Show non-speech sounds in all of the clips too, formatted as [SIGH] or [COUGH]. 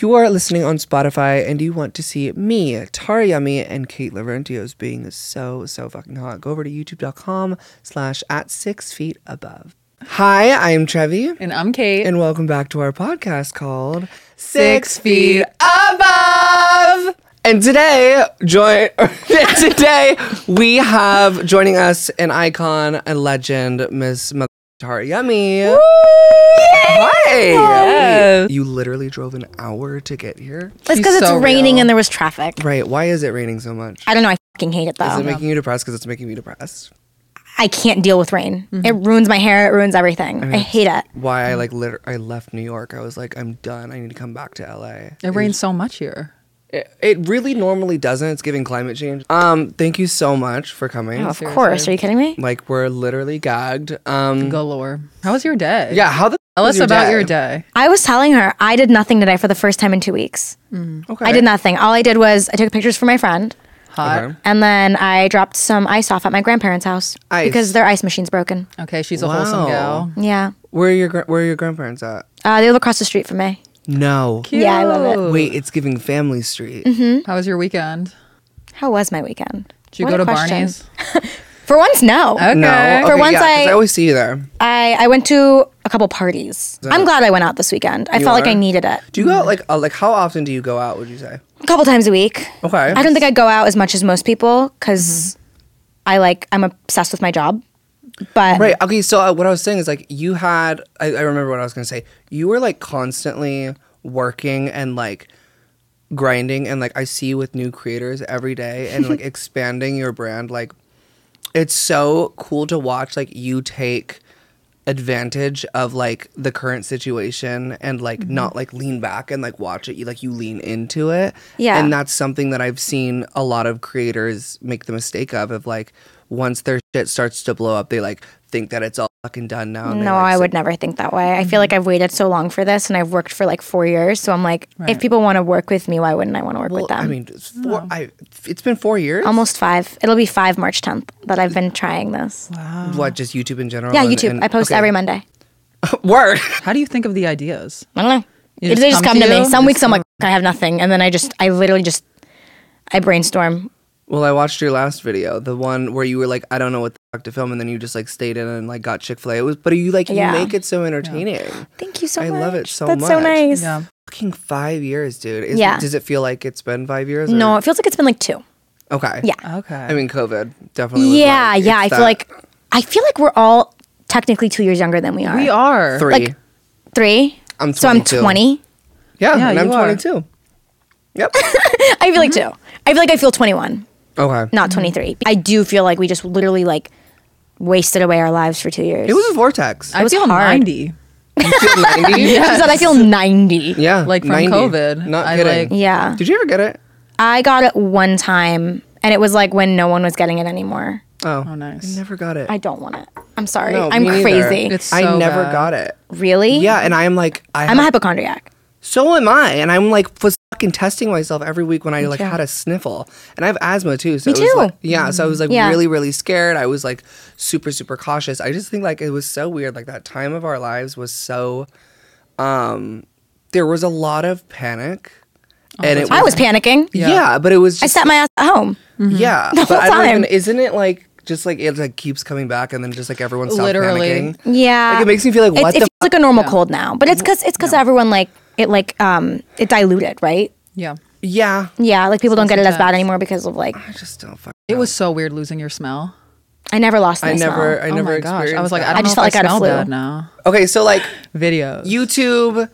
you are listening on Spotify and you want to see me, Tara Yummy, and Kate Laurentios being so, so fucking hot, go over to youtube.com slash at six feet above. Hi, I am Trevi, And I'm Kate. and welcome back to our podcast called Six Feet Above. And today, join [LAUGHS] today we have joining us an icon, a legend, Miss M- Tara Yummy. Hi. Yes. You literally drove an hour to get here. It's She's because it's so raining real. and there was traffic. Right. Why is it raining so much? I don't know. I fucking hate it though. Is it making you depressed? Because it's making me depressed. I can't deal with rain. Mm-hmm. It ruins my hair. It ruins everything. I, hate it. Why I like liter- I left New York. I was like, I'm done. I need to come back to LA. it rains so much here. It, it really normally doesn't. It's giving climate change. Um, thank you so much for coming. Oh, of course. Are you kidding me? Like we're literally gagged. Um, Galore. How was your day? yeah. How the Tell was us about your day. I was telling her I did nothing today for the first time in two weeks. Okay. I did nothing. All I did was I took pictures for my friend, Hot. Okay, and then I dropped some ice off at my grandparents' house Ice. because their ice machine's broken. she's a wholesome Wow. gal. Yeah, Where are your gra- Where are your grandparents at? uh, they live across the street from me. No. Yeah, I love it. Cute. Wait, it's giving family street. How was your weekend? How was my weekend? Did you What go a to question. Barney's? For once, no. Okay. No. For Okay, once yeah, 'cause I- I always see you there. I I went to a couple parties. I'm glad I went out this weekend. I felt like are? I needed it. Do you go out like uh, like how often do you go out? Would you say? A couple times a week. Okay. I don't think I go out as much as most people because I like I'm obsessed with my job. But Right. Okay. So uh, what I was saying is like you had. I, I remember what I was gonna say. You were like constantly working and like grinding and like I see you with new creators every day and like expanding your brand. Like it's so cool to watch. Like you take advantage of like the current situation and like Mm-hmm. not like lean back and like watch it you like you lean into it Yeah. and that's something that i've seen a lot of creators make the mistake of of like once their shit starts to blow up they like think that it's all fucking done now and they, no, like, I sit- would never think that way. I feel like I've waited so long for this and I've worked for like four years. So I'm like, if people want to work with me, why wouldn't I want to work well, with them? i mean it's four i it's been four years Almost five. It'll be five March 10th that I've been trying this. what just youtube in general Yeah, and- YouTube. and- I post okay. every Monday. [LAUGHS] word How do you think of the ideas? I don't know. You It- just they just come come to to me. you? Some Just weeks I'm come- like, I have nothing. And then I just, I literally just, I brainstorm. Well, I watched your last video, the one where you were like, I don't know what the fuck to film, and then you just like stayed in and like got Chick Fil A. It was, but you like Yeah. you make it so entertaining. Thank you so I much. love it so That's so much. nice. Yeah. Fucking five years, dude. Is, Yeah. Does it feel like it's been five years? or- No, it feels like it's been like two. Okay. Yeah. Okay. I mean, COVID definitely. Was Yeah, like, yeah. I it's feel that like I feel like we're all technically two years younger than we are. we are. three. like- three. I'm so I'm 22. twenty. yeah, Yeah, and I'm you are. 22. Yep. I feel like Mm-hmm. two. I feel like I feel twenty one, [LAUGHS] okay. not twenty three. I do feel like we just literally like wasted away our lives for two years. It was a vortex. I was feel hard. 90. You feel [LAUGHS] 90? She said I feel ninety. Yeah. Like, from 90. COVID, Not I, kidding. like- Yeah. Did you ever get it? I got it one time and it was like when no one was getting it anymore. Oh. Oh, nice. I never got it. I don't want it. I'm sorry. No, I'm me neither. crazy. It's I so never bad. got it. really? Yeah, and I am like, I I'm have a hypochondriac. So am I, and I'm like was fucking testing myself every week when I like too. had a sniffle, and I have asthma too. So Me It was too. like, yeah, so I was like Yeah. really, really scared. I was like super, super cautious. I just think like it was so weird. Like that time of our lives was so. um There was a lot of panic, Oh, and it was, I was panicking. yeah. but it was I just sat my ass at home. mm-hmm. yeah. but I don't time. even, isn't it like just like it like keeps coming back, and then just like everyone stopped Literally. Uh, panicking. Yeah. Like it makes me feel like It's what it the Mm-hmm. feels like a normal cold now, but it's because it's because everyone like it like um it diluted, right? Yeah. yeah. Yeah, like people don't get it as bad sometimes. anymore because of like I just don't. Fucking It was so weird losing your smell. I never lost. My I never. Smell. I oh never my gosh. experienced. I was like, that. I don't I just know felt if like I I had smell a flu. bad now. Okay, so like Videos. YouTube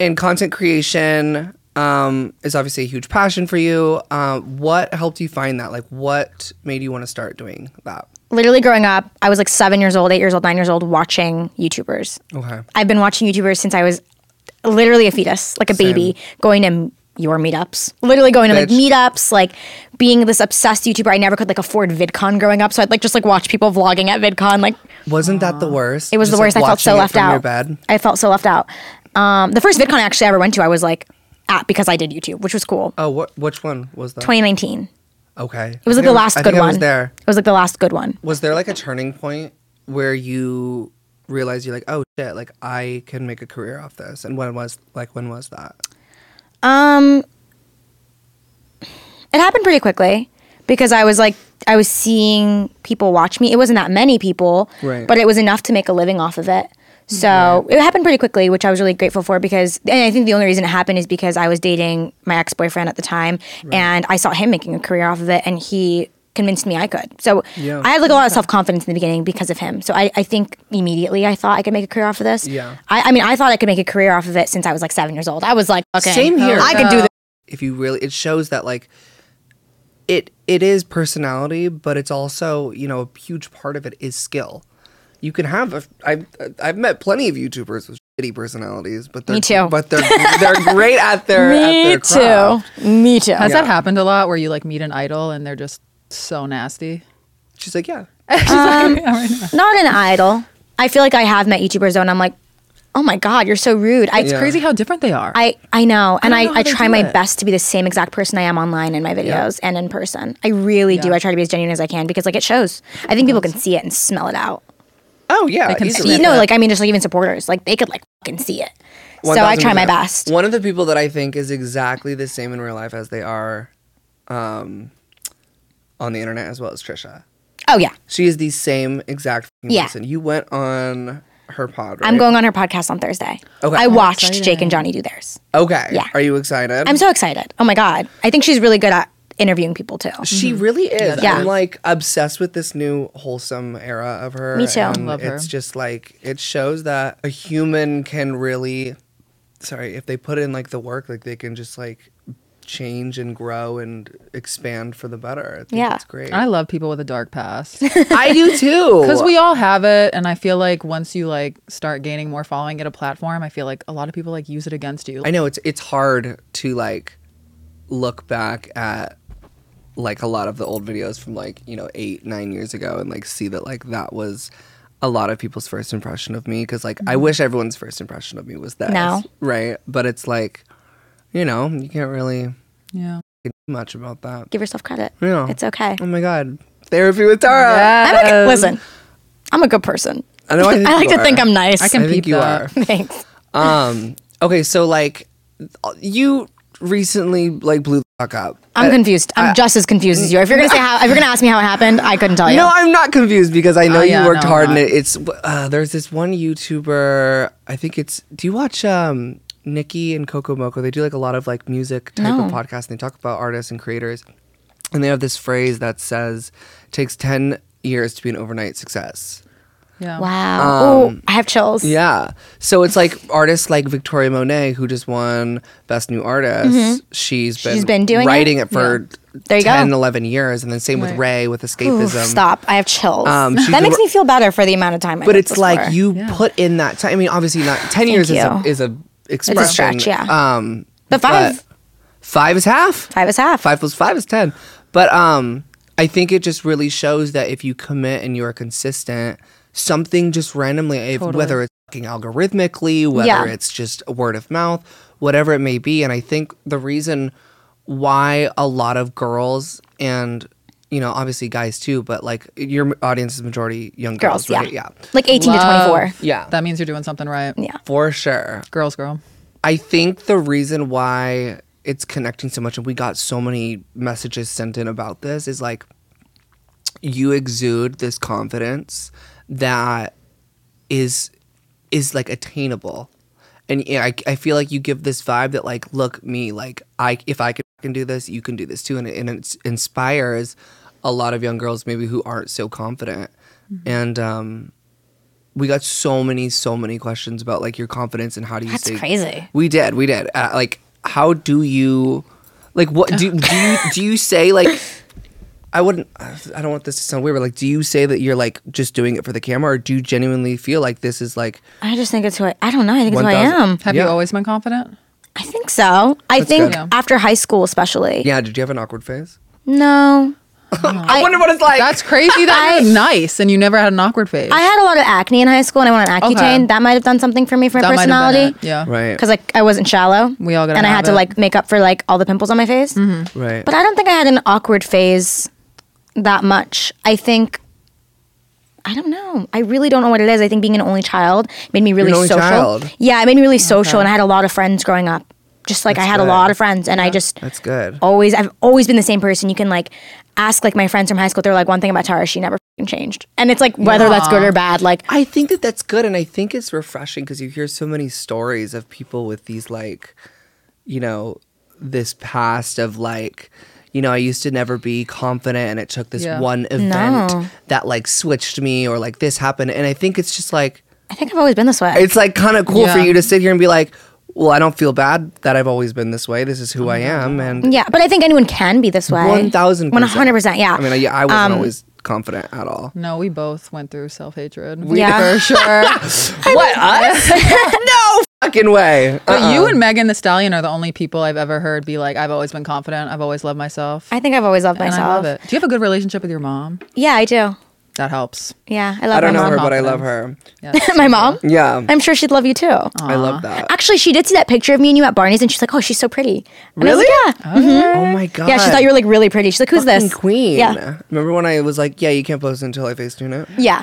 and content creation um, is obviously a huge passion for you. Um, what helped you find that? Like, what made you want to start doing that? Literally growing up, I was like seven years old, eight years old, nine years old, watching YouTubers. Okay. I've been watching YouTubers since I was literally a fetus, like a baby, going to m- your meetups. Literally going to like Bitch. meetups, like being this obsessed YouTuber. I never could like afford VidCon growing up, so I'd like just like watch people vlogging at VidCon, like Wasn't that the worst? It was Just, the worst. like, I felt so watching it left from out. Your bed. I felt so left out. Um, the first VidCon I actually ever went to, I was like at because I did YouTube, which was cool. Oh, what? Which one was that? 2019. Okay. It was like the last I good think I one. was there. It was like the last good one. Was there like a turning point where you realized you're like, oh shit, like I can make a career off this? And when was like when was that? Um, it happened pretty quickly because I was like, I was seeing people watch me. It wasn't that many people, Right. Mm-hmm. but it was enough to make a living off of it. So it happened pretty quickly, which I was really grateful for because, and I think the only reason it happened is because I was dating my ex boyfriend at the time and I saw him making a career off of it and he convinced me I could. So Yeah. I had like a lot of self confidence in the beginning because of him. So I, I think immediately I thought I could make a career off of this. Yeah. I, I mean, I thought I could make a career off of it since I was like seven years old. I was like, okay, Same here. I could do this. if you really it shows that like it it is personality but it's also you know a huge part of it is skill you can have a i've i've met plenty of youtubers with shitty personalities but they're Me too. but they're [LAUGHS] they're great at their at their craft. Me too. Has Yeah. that happened a lot where you like meet an idol and they're just so nasty? she's like yeah Not an idol. I feel like I have met YouTubers though, and I'm like, oh my god, you're so rude. I, It's Yeah. crazy how different they are. I, I know, and don't I, know how I, they try do my it. best to be the same exact person I am online in my videos and in person. I really do. Yeah. I try to be as genuine as I can because like it shows. I think people can see it and smell it out. oh yeah They can easily. sniff you know, it. like I mean, just like even supporters, like they could like fucking see it. So I try my 1000%. best. One of the people that I think is exactly the same in real life as they are um, on the internet as well as Trisha. Oh yeah, She is the same exact fucking Yeah. person. You went on her pod, right? I'm going on her podcast on Thursday. Okay. I I'm watched Jake and Johnny do theirs. Okay. Yeah. Are you excited? I'm so excited. Oh my god, I think she's really good at interviewing people too. she really is. Yeah. I'm like obsessed with this new wholesome era of her. Me too. and Love her. It's just like it shows that a human can really, sorry, if they put in like the work, like they can just like change and grow and expand for the better. I think Yeah. it's great. I love people with a dark past. I do too. [LAUGHS] Because we all have it, and I feel like once you like start gaining more following at a platform, I feel like a lot of people like use it against you. I know it's it's hard to like look back at like a lot of the old videos from like you know eight nine years ago and like see that like that was a lot of people's first impression of me because like I Mm-hmm. wish everyone's first impression of me was that No. right but it's like you know you can't really yeah, do much about that Give yourself credit. Yeah. It's okay. oh my god therapy with Tara I'm a good, listen, I'm a good person. I know Um, I, think [LAUGHS] I like you to are. think I'm nice. I can I think peep you that. are [LAUGHS] Thanks. um okay so like you recently like blew the fuck up I'm confused. I'm just as confused as you. are. If you're gonna say how, if you're gonna ask me how it happened, I couldn't tell you. No, I'm not confused because I know Oh, yeah, you worked no, hard I'm and it. It's uh, there's this one YouTuber. I think it's. Do you watch um Nikki and Coco Moco? They do like a lot of like music type of podcasts. And they talk about artists and creators, and they have this phrase that says, "Takes ten years to be an overnight success." yeah. wow. oh, I have chills. um, Yeah. So it's like artists like Victoria Monet, who just won Best New Artist. She's been Mm-hmm. She's been doing it? writing it, for There you go. 10, 11 years, and then same with Right. Ray with Oof, Escapism. stop. I have chills. Um, she's that a- makes me feel better for the amount of time. I but did it's this for. like you put in that time. I mean, obviously not ten years is a, you. is a expression. stretch, yeah. Um, But five- five is half. Five is half. Five plus five is ten. But um, I think it just really shows that if you commit and you are consistent, something just randomly, if, whether it's fucking algorithmically, whether Yeah. it's just word of mouth, whatever it may be. And I think the reason why a lot of girls and you know, obviously guys too, but like your audience is majority young girls, girls. Yeah. right? Yeah. Like 18 Love. to 24. Yeah. That means you're doing something right. Yeah. For sure. Girls, girl. I think the reason why it's connecting so much and we got so many messages sent in about this is like you exude this confidence that is is like attainable. And yeah, I, I feel like you give this vibe that like, look me, like I if I can fucking do this, you can do this too, and it, and it inspires a lot of young girls maybe who aren't so confident. And um, we got so many, so many questions about like your confidence and how do you That's stay- crazy. we did. We did. Uh, like, how do you, like, what do do you do you say like? I wouldn't. I don't want this to sound weird, but like, do you say that you're like just doing it for the camera, or do you genuinely feel like this is like? I just think it's who I, I don't know. I think it's who I 1,000. am. Have Yeah. you always been confident? I think so. I think good. Yeah. after high school, especially. Yeah. Did you have an awkward phase? No. [LAUGHS] I, wonder what it's like. That's crazy. [LAUGHS] That you're nice, and you never had an awkward phase. I had a lot of acne in high school and I went on Accutane. Okay. That might have done something for me for my that might have been personality. it. Yeah. right. Because like I wasn't shallow. We all gotta And I have had to it. Mm-hmm. like make up for like all the pimples on my face. Right. But I don't think I had an awkward phase that much. I think I don't know. I really don't know what it is. I think being an only child made me really only social. child. Yeah, it made me really social and I had a lot of friends growing up. just like That's I had good. a lot of friends and I just That's good. always I've always been the same person. You can like ask like my friends from high school. They're like one thing about Tara, she never fing changed. And it's like whether that's good or bad. Like I think that that's good, and I think it's refreshing because you hear so many stories of people with these like, you know, this past of like, you know, I used to never be confident, and it took this Yeah. one event No. that like switched me, or like this happened, and I think it's just like I think I've always been this way. it's like kind of cool for Yeah. you to sit here and be like, well, I don't feel bad that I've always been this way. This is who I am, and yeah, but I think anyone can be this way. one thousand, One hundred percent. Yeah. I mean, I, I wasn't always confident at all. No, we both went through self hatred. [LAUGHS] Yeah. for sure. What us? no fucking way. But you and Megan the Stallion are the only people I've ever heard be like, I've always been confident. I've always loved myself. I think I've always loved and myself. I love it. Do you have a good relationship with your mom? Yeah, I do. That helps. Yeah, I I love don't my know mom. her, but I love her. Yeah. [LAUGHS] my mom? Yeah. I'm sure she'd love you too. I love that. Actually, she did see that picture of me and you at Barney's, and she's like, "Oh, she's so pretty." And I was like, yeah, Mm-hmm. Oh my god. yeah. She thought you were like really pretty. She's like, "Who's Fucking this?" queen. Yeah, Remember when I was like, yeah, you can't post until I face tune it? yeah.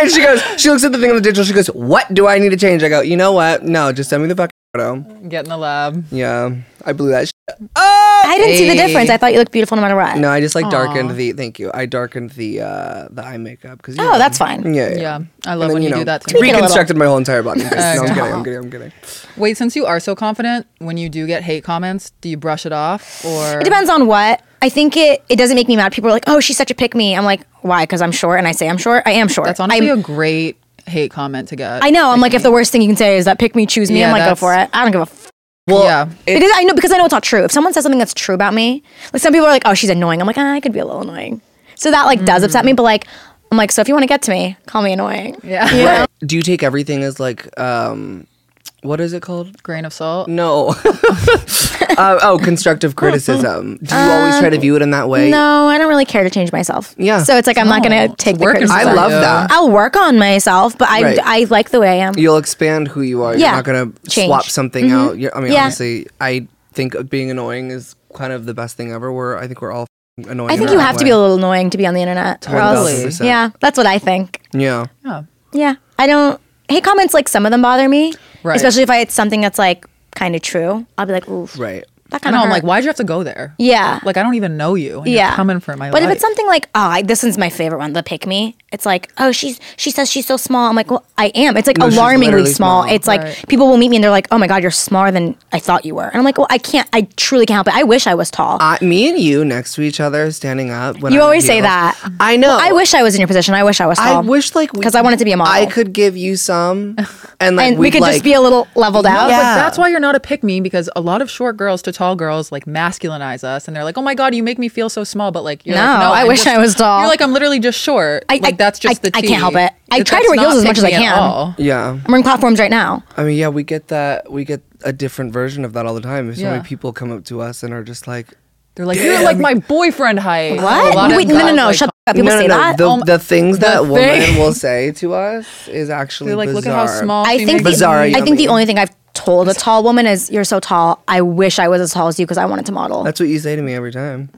And she goes, she looks at the thing on the digital, she goes, what do I need to change? I go, you know what? No, just send me the fucking photo. Get in the lab. Yeah. I blew that shit. I didn't see the Hey. difference. I thought you looked beautiful no matter what. No, I just like darkened the thank you. I darkened the uh the eye makeup because Oh, that's fine. yeah, yeah. Yeah. I And love then, when you, know, do that. to me. it a little. Reconstructed my whole entire body. No, I'm kidding. I'm Stop. kidding. I'm kidding. Wait, since you are so confident, when you do get hate comments, do you brush it off or It depends on what. I think it, it doesn't make me mad. People are like, oh, she's such a pick me. I'm like, why? Because I'm short and I say I'm short. I am short. That's honestly I'm, a great hate comment to get. I know. I'm like, if the worst thing you can say is that pick me, choose me, Yeah, I'm like, go that's- for it. I don't give a f- Well, Yeah. it- because I know because I know it's not true. If someone says something that's true about me, like some people are like, oh, she's annoying. I'm like, ah, I could be a little annoying. So that like does upset me. But like, I'm like, so if you want to get to me, call me annoying. Yeah. do you take everything as like um what is it called? Grain of salt. No. [LAUGHS] uh, oh, constructive criticism. Do you always try to view it in that way? No, I don't really care to change myself. Yeah. So it's like I'm not gonna take the work in I criticism. love Yeah. that. I'll work on myself, but I Right. I like the way I am. You'll expand who you are. You're Yeah. not going to Change. Mm-hmm. swap something out. You're, I mean, Yeah. honestly, I think being annoying is kind of the best thing ever. Where I think we're all f***ing annoying. I think you have to be a little annoying to be on the internet. or else- 1000%. Yeah, that's what I think. yeah. Yeah. Yeah, I don't hate comments. Like some of them bother me, Right. especially if I it's something that's like kind of true. I'll be like, oof, Right. that I kind know. of I'm like, why'd you have to go there? Yeah. Like I don't even know you. and you're yeah, coming for my But life. if it's something like, oh, I, this one's my favorite one, the pick me. It's like, oh, she's she says she's so small. I'm like, well, I am. It's like No, she's alarmingly literally small. small. It's like Right. people will meet me and they're like, oh my god, you're smaller than I thought you were. And I'm like, well, I can't. I truly can't help it. I wish I was tall. I, me and you next to each other, standing up. When You I'm always with say you. that. I know. I wish I was in your position. I wish I was I tall. wish like we- 'Cause I wanted to be a model. I could give you some, [LAUGHS] and like and we we'd, could like, just be a little leveled out. Yeah. But that's why you're not a pick me because a lot of short girls to tall girls like masculinize us and they're like, oh my god, you make me feel so small. But like, you're No, like, no, I I'm wish just- I was tall. You're like, I'm literally just short. I- like I- that's just I- the. I can't tea. help it. I It- try to that's wear heels not as much pick as I me at can. all. Yeah. I'm on platforms right now. I mean, yeah, we get that. We get a different version of that all the time. So Yeah. many people come up to us and are just like, They're like, you're like my boyfriend height. A lot What? of Wait, no, no, guys, no. like, shut the fuck up. People no, no, say no. that. Oh The, the things that the women thing- will say to us is actually They're like, look at how bizarre. small. Oh, I she think the, makes Bizarre, me. yeah. I think the yummy. only thing I've told a tall woman is, "You're so tall. I wish I was as tall as you because I wanted to model. That's what you say to me every time.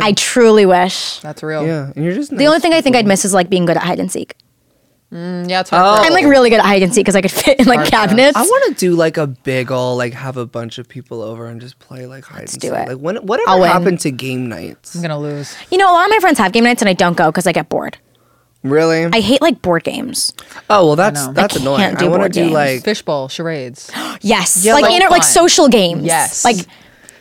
I truly wish." That's real. Yeah, Yeah, and you're just Oh. The only thing I think I'd miss is like being good at hide and seek. Mm, yeah it's hard. Oh. for- I'm like really good at hide and seek because I could [LAUGHS] fit in like Hard pass. cabinets. I want to do like a big ol' like have a bunch of people over and just play like hide and do seek. it. Like when whatever I'll win. happened to game nights? I'm gonna lose. You know, a lot of my friends have game nights and I don't go because I get bored. Really? I hate like board games. oh well, that's know. that's I can't annoying. do I want to board do games. like Fishbowl charades. Yes, Yeah, like like- inter- like Fun. social games. Yes. like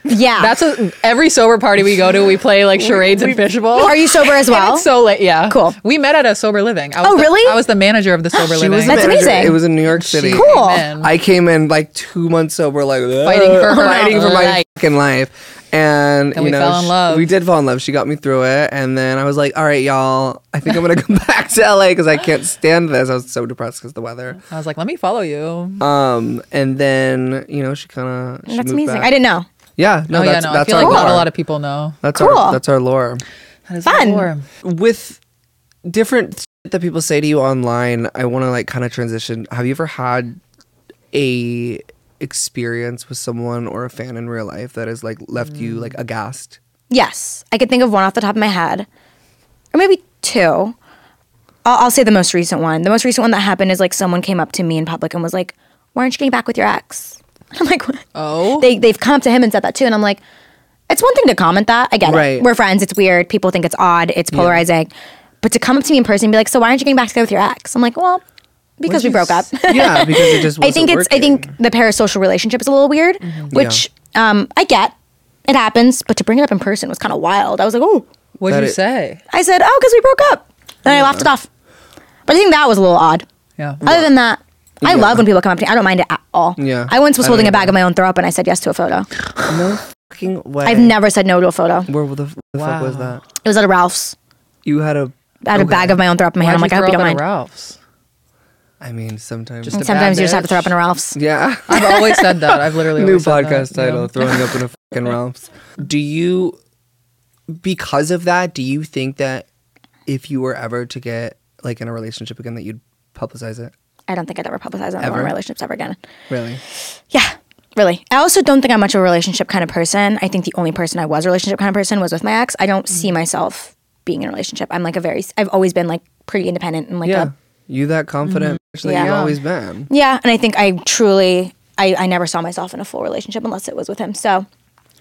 yeah. That's a, every sober party we go to. We play like charades and fishbowl. Are you sober as And well? it's so late. Yeah. Cool. We met at a sober living. I was Oh, the- really? I was the manager of the sober She living. was the That's manager. amazing. It was in New York City. Cool. Amen. I came in like two months sober, like Fighting for her fighting for my life. fucking life. And Then you we know, fell in sh- love. we did fall in love. She got me through it, and then I was like, "All right, y'all, I think I'm gonna [LAUGHS] come back to LA because I can't stand this." I was so depressed because the weather. I was like, let me follow you. Um, and then you know, she kind of That's amazing. I didn't know. Yeah, no, oh yeah, that's no. I that's feel our like lore. not a lot of people know. that's Cool. our that's our lore. That is Fun. lore. With different shit that people say to you online, I want to like kind of transition. Have you ever had a experience with someone or a fan in real life that has like left you Mm. like aghast? Yes, I could think of one off the top of my head, or maybe two. I'll, I'll say the most recent one. The most recent one that happened is like someone came up to me in public and was like, "Why aren't you getting back with your ex?" [LAUGHS] I'm like, what? Oh, they they've come up to him and said that too, and I'm like, it's one thing to comment that. I get Right. it. We're friends. It's weird. People think it's odd. It's polarizing. But to come up to me in person and be like, so why aren't you getting back together with your ex? I'm like, well, because we Which broke up. is- [LAUGHS] yeah, because it just. [LAUGHS] I Wasn't think it's I working. think the parasocial relationship is a little weird, which um, I get. It happens, but to bring it up in person was kind of wild. I was like, oh, what'd That you it- say? I said, oh, because we broke up, and I laughed it off. But I think that was a little odd. Yeah. Other than that, I Yeah. love when people come up to me. I don't mind it at all. Yeah. I once was I holding don't a bag either. of my own throw up, and I said yes to a photo. no fucking way. I've never said no to a photo. It Where the, f- the fuck was Wow. that? was at a Ralph's. You had a. I had a okay. bag of my own throw up in my hand. I'm Why'd like, I hope you throw don't up at a mind. Ralph's. I mean, sometimes. Just a- Sometimes bad you just have to throw up bitch. in a [LAUGHS] Ralph's. yeah. I've always said that. I've literally [LAUGHS] New always said that, podcast yeah. title: Throwing up in [LAUGHS] a fucking Ralph's. Do you, because of that, do you think that if you were ever to get like in a relationship again, that you'd publicize it? I don't think I'd ever publicize that in Ever? my relationships ever again. Really? Yeah, really. I also don't think I'm much of a relationship kind of person. I think the only person I was a relationship kind of person was with my ex. I don't Mm-hmm. see myself being in a relationship. I'm like a very, I've always been like pretty independent and like yeah. a, You that confident bitch that you've Yeah. always been. yeah. And I think I truly, I, I never saw myself in a full relationship unless it was with him. So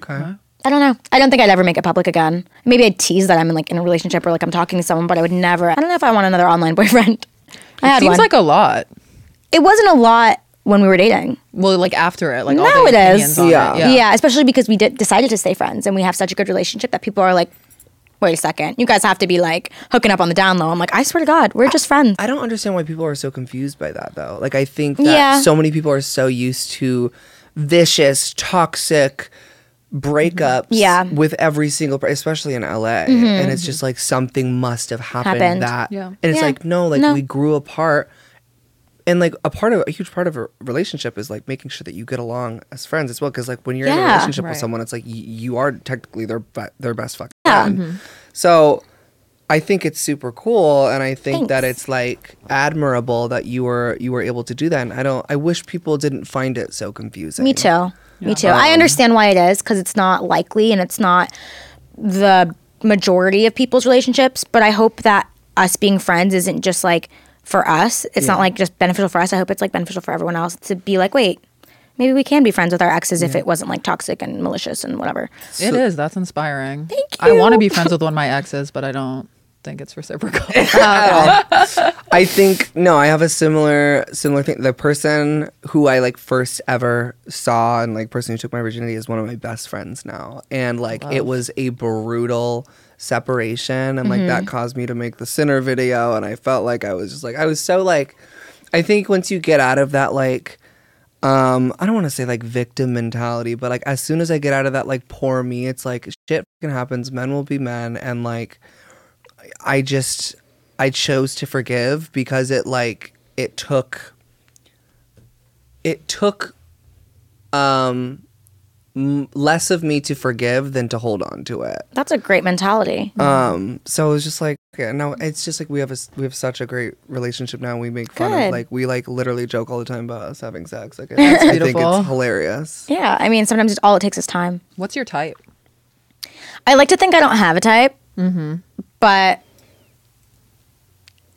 Okay. I don't know. I don't think I'd ever make it public again. Maybe I'd tease that I'm in like in a relationship or like I'm talking to someone, but I would never, I don't know if I want another online [LAUGHS] boyfriend. I had Seems one. like a lot. it wasn't a lot when we were dating. Well, like after it, like now all it the is. opinions on it, Yeah. yeah. especially because we did, decided to stay friends and we have such a good relationship that people are like, wait a second, you guys have to be like hooking up on the down low. I'm like, I swear to God, we're just friends. I don't understand why people are so confused by that though. Like I think that Yeah. so many people are so used to vicious, toxic breakups Mm-hmm. Yeah. Mm-hmm. with every single per- especially in LA and it's just like something must have happened, Happened. that Yeah. and it's Yeah. like no like No. we grew apart and like a part of a huge part of a relationship is like making sure that you get along as friends as well because like when you're in a Yeah. relationship with Right. someone it's like y- you are technically their be- their best fucking friend. Mm-hmm. So I think it's super cool, and I think that Thanks. it's like admirable that you were you were able to do that. And I don't. I wish people didn't find it so confusing. Me too. Me too. Um, I understand why it is because it's not likely and it's not the majority of people's relationships, but I hope that us being friends isn't just like for us. It's not like just beneficial for us. I hope it's like beneficial for everyone else to be like, wait, maybe we can be friends with our exes if it wasn't like toxic and malicious and whatever. It is. That's inspiring. Thank I want to be you. [LAUGHS] friends with one of my exes, but I don't think it's [LAUGHS] reciprocal. I think no. I have a similar similar thing. The person who I like first ever saw and like person who took my virginity is one of my best friends now, and like it was a brutal separation, and like that caused me to make the sinner video, and I felt like I was just like I was so like. I think once you get out of that like um i don't want to say like victim mentality but like as soon as i get out of that like poor me it's like shit fucking happens men will be men and like i just i chose to forgive because it like it took it took um m- less of me to forgive than to hold on to it That's a great mentality. um, so it was just like, okay, no, it's just like we have a s- we have such a great relationship now. We make fun of Good. like we like literally joke all the time about us having sex. Like it's- [LAUGHS] I think beautiful. it's hilarious. Yeah, I mean, sometimes it's all it takes is time. What's your type? I like to think I don't have a type, Mm-hmm. but [SIGHS]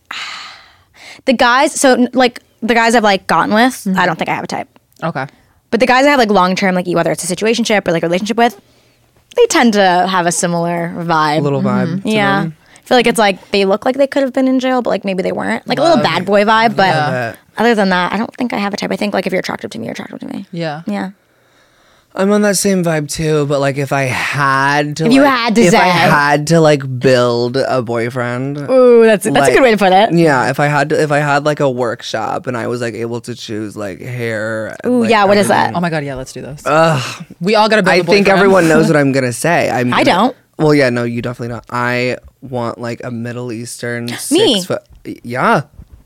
the guys, so n- like the guys I've like gotten with, I Mm-hmm. don't think I have a type. Okay. But the guys I have like long term, like whether it's a situationship or like a relationship with, they tend to have a similar vibe. A little vibe. to Mm-hmm. yeah. them. I feel like it's like they look like they could have been in jail, but like maybe they weren't. Like a little bad boy vibe, but Yeah. other than that, I don't think I have a type. I think like if you're attractive to me, you're attractive to me. Yeah. Yeah. I'm on that same vibe too. But like, if I had to, If you like- had to if I say. had to like build a boyfriend, Ooh, that's that's Like- a good way to put [LAUGHS] it. yeah. If I had to, if I had like a workshop and I was like able to choose like hair. and, Ooh, like, yeah. What is everything. that? Oh my god, yeah, let's do this. we all gotta build I a think boyfriend. everyone knows what I'm [LAUGHS] gonna say. I'm. I gonna- don't. Well, yeah, no, you definitely don't. I want like a Middle Eastern Me. six foot. Yeah,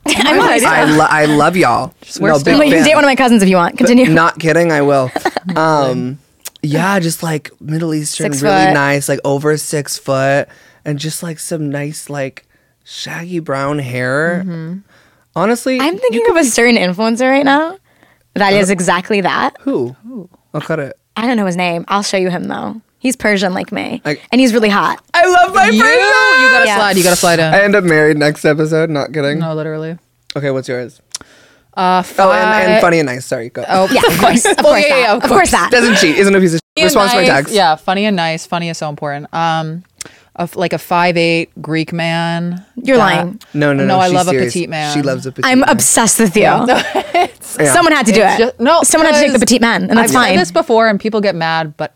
I'm not- I, lo- I love y'all. wear No, still. big Wait, you can fan. date one of my cousins if you want. Continue. Not kidding. I [LAUGHS] will. Um, yeah, just like Middle Eastern, Six really foot. nice, like over six foot, and just like some nice, like shaggy brown hair. Mm-hmm. Honestly, I'm thinking of a certain influencer right now. That is exactly that. who? I'll cut it. I don't know his name. I'll show you him though. He's Persian like me, I- and he's [LAUGHS] really hot. I love my You, you gotta Yeah. slide. You gotta slide in. I end up married next episode. Not kidding. no, literally. Okay, what's yours? Uh, Oh, and, and fi- funny and nice. Sorry, go. Oh, Yeah, of course, of Well, course, yeah, that. yeah, of of course [LAUGHS] that. Doesn't cheat. Isn't a piece of shit. funny and Responds to my nice. text. Yeah, funny and nice. Funny is so important. Um, of like a five eight Greek man. You're that- lying. No, no, no. No, I she's love a serious. petite man. She [LAUGHS] loves a petite I'm man. obsessed with you. Yeah. Someone had to do it. It's just- no, someone had to take the because petite man, and I've that's fine. said this before, and people get mad, but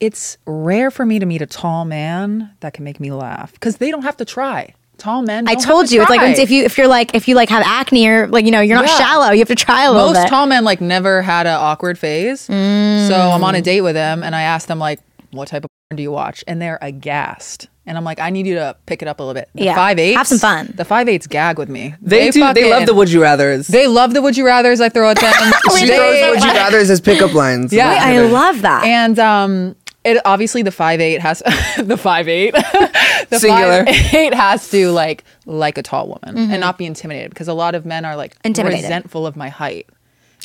it's rare for me to meet a tall man that can make me laugh because they don't have to try. Tall men. I don't have told to you, it's like try. if you if you're like if you like have acne or like you know you're not Yeah. shallow, you have to try a little most bit. Mm. tall men like never had an awkward phase. So I'm on a date with them, and I ask them like, "What type of porn do you watch?" And they're aghast. And I'm like, "I need you to pick it up a little bit." The Yeah. five eights. Have some fun. The five eights gag with me. They, do. they love the fucking- would you rather's. They love the would you rather's I throw at [LAUGHS] them. she They- throws would you rather's as pickup lines. Yeah. Wait, I love that. And um, it obviously the five eight has [LAUGHS] the five eight. [LAUGHS] the Singular. Five, eight has to like like a tall woman and not be intimidated because a lot of men are like Mm-hmm. Intimidated. resentful of my height.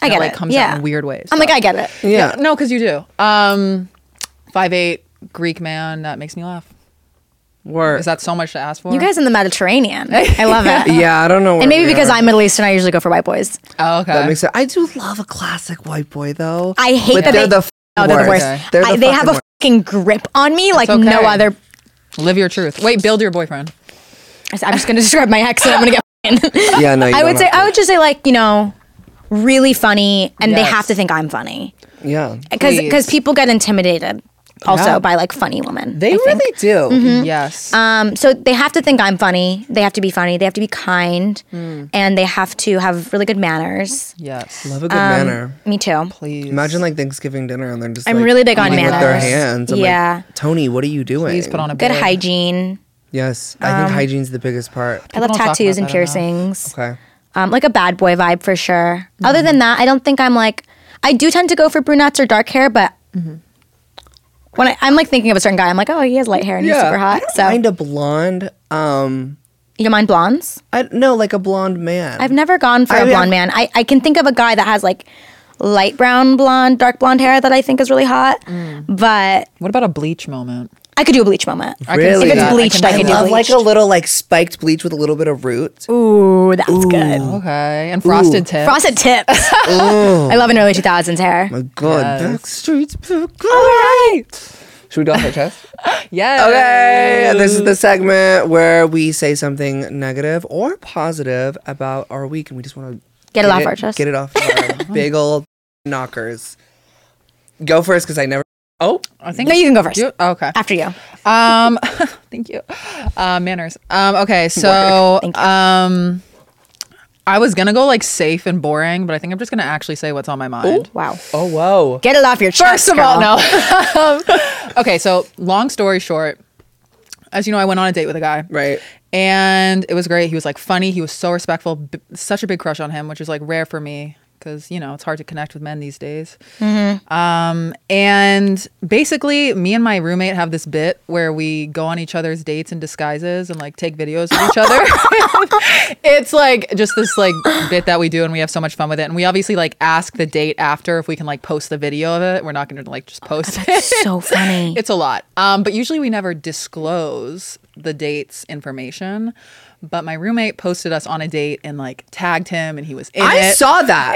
I And get like it. Comes yeah, out in weird ways. I'm like, I get it. Yeah. No, because you do. Um, five eight Greek man that makes me laugh. Word. Is that so much to ask for? You guys in the [LAUGHS] Mediterranean, I love it. yeah, I don't know. And where maybe we because are. I'm Middle Eastern, I usually go for white boys. Oh, okay. That makes sense. I do love a classic white boy though. I hate but that they're they- the f- Oh, they're the worst. worst. They're the I- they have fucking a fucking grip on me like It's no okay. other. Live your truth. Wait, build your boyfriend. I'm just gonna [LAUGHS] describe my ex, and I'm gonna get. [LAUGHS] worst. [LAUGHS] Yeah, no. You I don't would say have I would just say like you know, really funny, and they Yes. have to think I'm funny to. Yeah. because Please. people get intimidated also Yeah. by like funny women. They I think. really do. Mm-hmm. Yes. Um, so they have to think I'm funny. They have to be funny. They have to be kind, Hmm. and they have to have really good manners. yes. Love a good Um, manner. Me too. Please. Imagine like Thanksgiving dinner and they're just. I'm like, really big on eating With their manners. hands. I'm Yeah. Like, Tony, what are you doing? Please put on a Good bib. hygiene. Yes, I Um, think hygiene's the biggest part. I love don't talk tattoos about and that enough. piercings. Okay. Um, like a bad boy vibe for sure. Other than that, I don't think I'm like. I do tend to go for brunettes or dark hair, but when I, I'm like thinking of a certain guy, I'm like, oh, he has light hair and he's super hot. So Kind of blonde. Um, you don't mind blondes? I no, like a blonde man. I've never gone for I a mean, blonde I- man. I, I can think of a guy that has like light brown blonde, dark blonde hair that I think is really hot, but What about a bleach moment? I could do a bleach moment. I can Really? see If it's that. bleached, can I see can do that. love like bleached. a little like spiked bleach with a little bit of root. Ooh, that's good. Okay. And frosted tips. Frosted tips. [LAUGHS] I love an early 2000s hair. My God, back streets back Should we do off our chest? [LAUGHS] Yes. Okay, this is the segment where we say something negative or positive about our week, and we just want to Get it off our chest. Get it off [LAUGHS] our big old knockers. Go first, because I never. Oh, I think No, you can go first. You- [LAUGHS] okay. After you. Um, [LAUGHS] thank you. Uh, manners. Um, okay. So, Thank you. um, I was gonna go like safe and boring, but I think I'm just gonna actually say what's on my mind. Wow. oh, whoa. Get it off your chest. First of all, girl. no. [LAUGHS] Um, okay. So, long story short, as you know, I went on a date with a guy. Right. and it was great. He was like funny. He was so respectful. B- such a big crush on him, which is like rare for me because you know it's hard to connect with men these days. Um, and basically, me and my roommate have this bit where we go on each other's dates in disguises and like take videos of each other. [LAUGHS] it's like just this like bit that we do, and we have so much fun with it. And we obviously like ask the date after if we can like post the video of it. We're not going to like just post it. [LAUGHS] so funny. It's a lot. Um, but usually we never disclose the date's information. But my roommate posted us on a date and like tagged him and he was in I it. [LAUGHS] saw that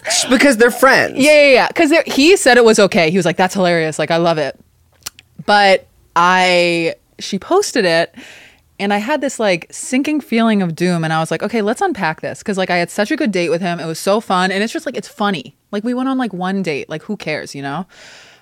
And- because they're friends. yeah, yeah, yeah. Because he said it was okay. He was like, that's hilarious. Like, I love it. But I, she posted it and I had this like sinking feeling of doom. And I was like, okay, let's unpack this. Cause like I had such a good date with him. It was so fun. And it's just like, it's funny. Like, we went on like one date. Like, who cares, you know?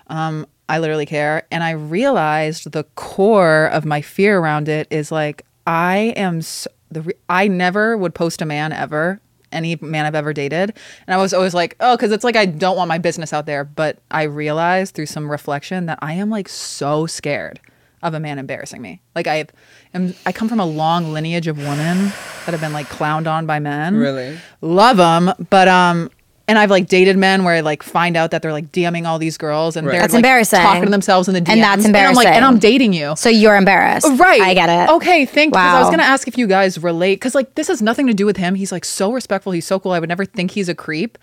Um, I literally care. And I realized the core of my fear around it is like, I am, so, the re- I never would post a man ever any man I've ever dated. And I was always like, oh, because it's like I don't want my business out there. But I realized through some reflection that I am like so scared of a man embarrassing me. Like I am, I come from a long lineage of women that have been like clowned on by men. Really? love them, but um. And I've like dated men where I like find out that they're like DMing all these girls and they're That's like embarrassing. talking to themselves in the DMs. And that's I'm like, embarrassing. and I'm dating you. so you're embarrassed. Right. I get it. Okay, thank you. 'cause I was Wow. going to ask if you guys relate because like this has nothing to do with him. He's like so respectful. He's so cool. I would never think he's a creep.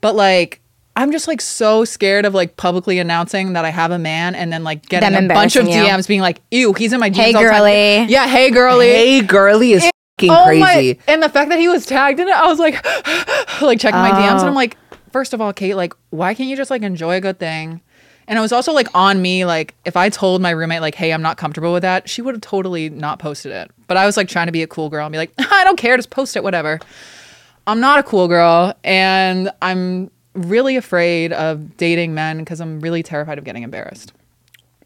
But like I'm just like so scared of like publicly announcing that I have a man and then like getting Them a bunch of embarrassing you. DMs being like, ew, he's in my DMs. Hey, all the time." girly. Yeah, hey girly. Hey, girly is Oh crazy. Oh And the fact that he was tagged in it, I was like, [GASPS] like checking my DMs, Oh. and I'm like, first of all, Kate, like, why can't you just like enjoy a good thing? And it was also like on me, like if I told my roommate like, hey, I'm not comfortable with that, she would have totally not posted it. But I was like trying to be a cool girl and be like, [LAUGHS] I don't care, just post it, whatever. I'm not a cool girl, and I'm really afraid of dating men because I'm really terrified of getting embarrassed.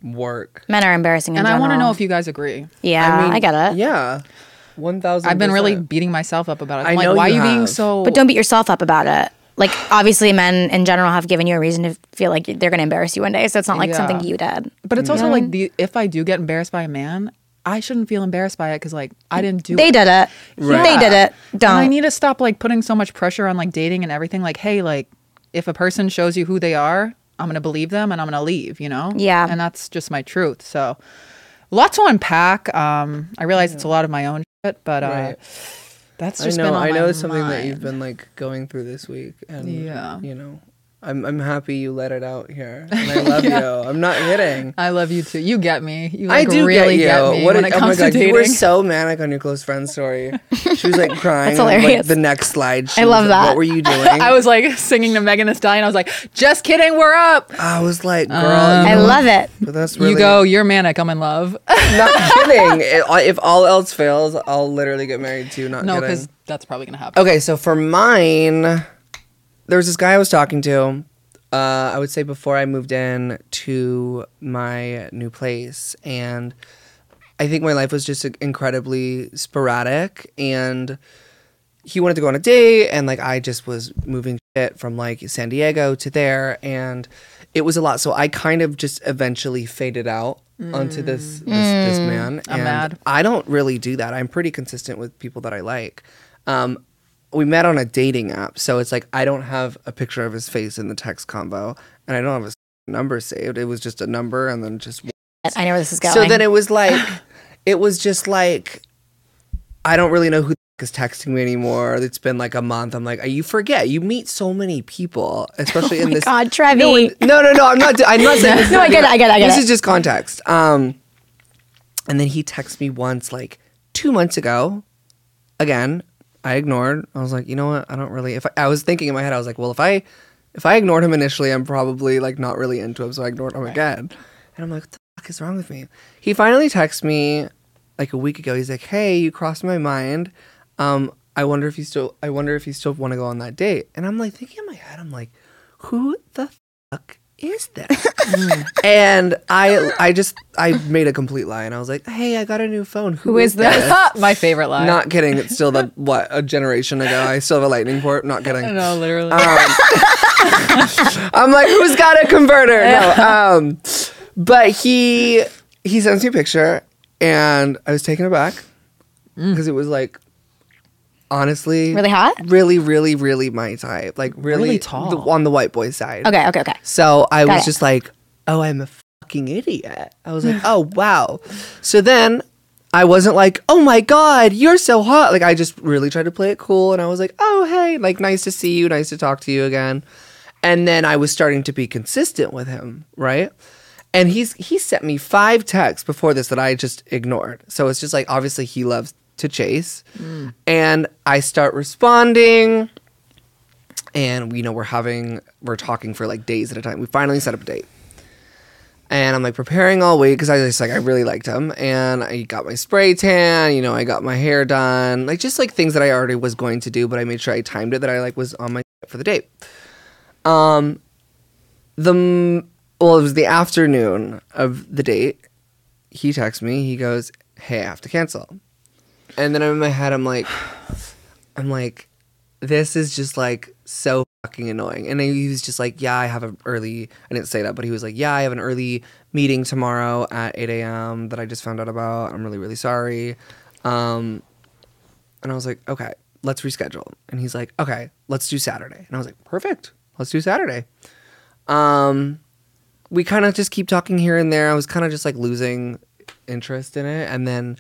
Work. Men are embarrassing. And I want to know if you. you guys agree. Yeah, I, get it. Yeah. 1000 I've been really beating myself up about it. I I'm know like, why you are you being have. so? But don't beat yourself up about it. Like obviously, men in general have given you a reason to feel like they're going to embarrass you one day. So it's not like Yeah. something you did. But it's also like the if I do get embarrassed by a man, I shouldn't feel embarrassed by it because like I didn't do They it. did it. They did it. And I Don't. need to stop like putting so much pressure on like dating and everything. Like, hey, like if a person shows you who they are, I'm gonna believe them and I'm gonna leave. You know? Yeah. And that's just my truth. So, lot to unpack. Um, I realize it's a lot of my own shit, but uh, Right. that's I just know. been on I my know it's something that mind. you've been like going through this week, and Yeah. you know, I'm I'm happy you let it out here, and [LAUGHS] I love you. I'm not kidding. I love you too. You get me. You I like, do really get you. me what when a- it oh comes my to god, you were dating. so manic on your close friend story. She was [LAUGHS] like crying. That's on, like, hilarious. the next slide. she I was love like, What that. were you doing? [LAUGHS] I was like singing to Megan Thee Stallion. I was like, just kidding, we're up. I was like, girl, I you know, love it. but that's really Um, You go, you're manic, I'm in love. [LAUGHS] Not kidding. I- if all else fails, I'll literally get married to you. Not no, kidding. because that's probably going to happen. Okay, so for mine, there was this guy I was talking to. Uh, I would say before I moved in to my new place, and I think my life was just incredibly sporadic. And he wanted to go on a date, and like I just was moving shit from like San Diego to there, and it was a lot. So I kind of just eventually faded out onto this this, this man. Mm, I'm and mad. I don't really do that. I'm pretty consistent with people that I like. Um, we met on a dating app, so it's like I don't have a picture of his face in the text combo, and I don't have his number saved. It was just a number, and then just I know where this is going. so then it was [SIGHS] like, it was just like, I don't really know who the f- is texting me anymore. It's been like a month. I'm like, you forget. You meet so many people, especially [LAUGHS] in this. Oh God, Trevi. No, in- no, no, no. I'm not. I'm not saying. this [LAUGHS] No, I get it, I get it, I get This it. is just context. Um, and then he texted me once, like two months ago. Again, I ignored. I was like, you know what? I don't really. If I, I was thinking in my head, I was like, well, if I if I ignored him initially, I'm probably like not really into him, so I ignored him again. And I'm like, what the fuck is wrong with me? He finally texts me like a week ago. He's like, hey, you crossed my mind. Um, I wonder if you still. I wonder if you still want to go on that date. And I'm like thinking in my head, I'm like, who the fuck is [LAUGHS] this? and I I just I made a complete lie and I was like, hey, I got a new phone. Who is this? [LAUGHS] My favorite line. Not kidding. It's still the what a generation ago. I still have a lightning port. Not kidding. no, literally. Um, [LAUGHS] I'm like, who's got a converter? No. Um, but he he sends me a picture and I was taken aback because it was like honestly Really hot? really really really my type like really, Really tall. the- on the white boy side okay, okay, okay. So I Got was it. just like, oh, I'm a fucking idiot. I was [SIGHS] like, oh, wow. So then I wasn't like, oh my God, you're so hot. Like, I just really tried to play it cool. And I was like, oh, hey, like, nice to see you. Nice to talk to you again. And then I was starting to be consistent with him, right? And he's he sent me five texts before this that I just ignored. So it's just like obviously he loves to chase. Mm. And I start responding and you know we're having we're talking for like days at a time. We finally set up a date, and I'm like preparing all week because I just like I really liked him, and I got my spray tan, you know, I got my hair done, like just like things that I already was going to do, but I made sure I timed it that I like was on my for the date. Um, the m- well, it was the afternoon of the date. He texts me. He goes, "Hey, I have to cancel," and then in my head, I'm like. I'm like, this is just like so fucking annoying. And he was just like, yeah, I have an early, I didn't say that, but he was like, yeah, I have an early meeting tomorrow at 8 a.m. that I just found out about. I'm really, really sorry. Um, and I was like, okay, let's reschedule. And he's like, okay, let's do Saturday. And I was like, perfect, let's do Saturday. Um, we kind of just keep talking here and there. I was kind of just like losing interest in it. And then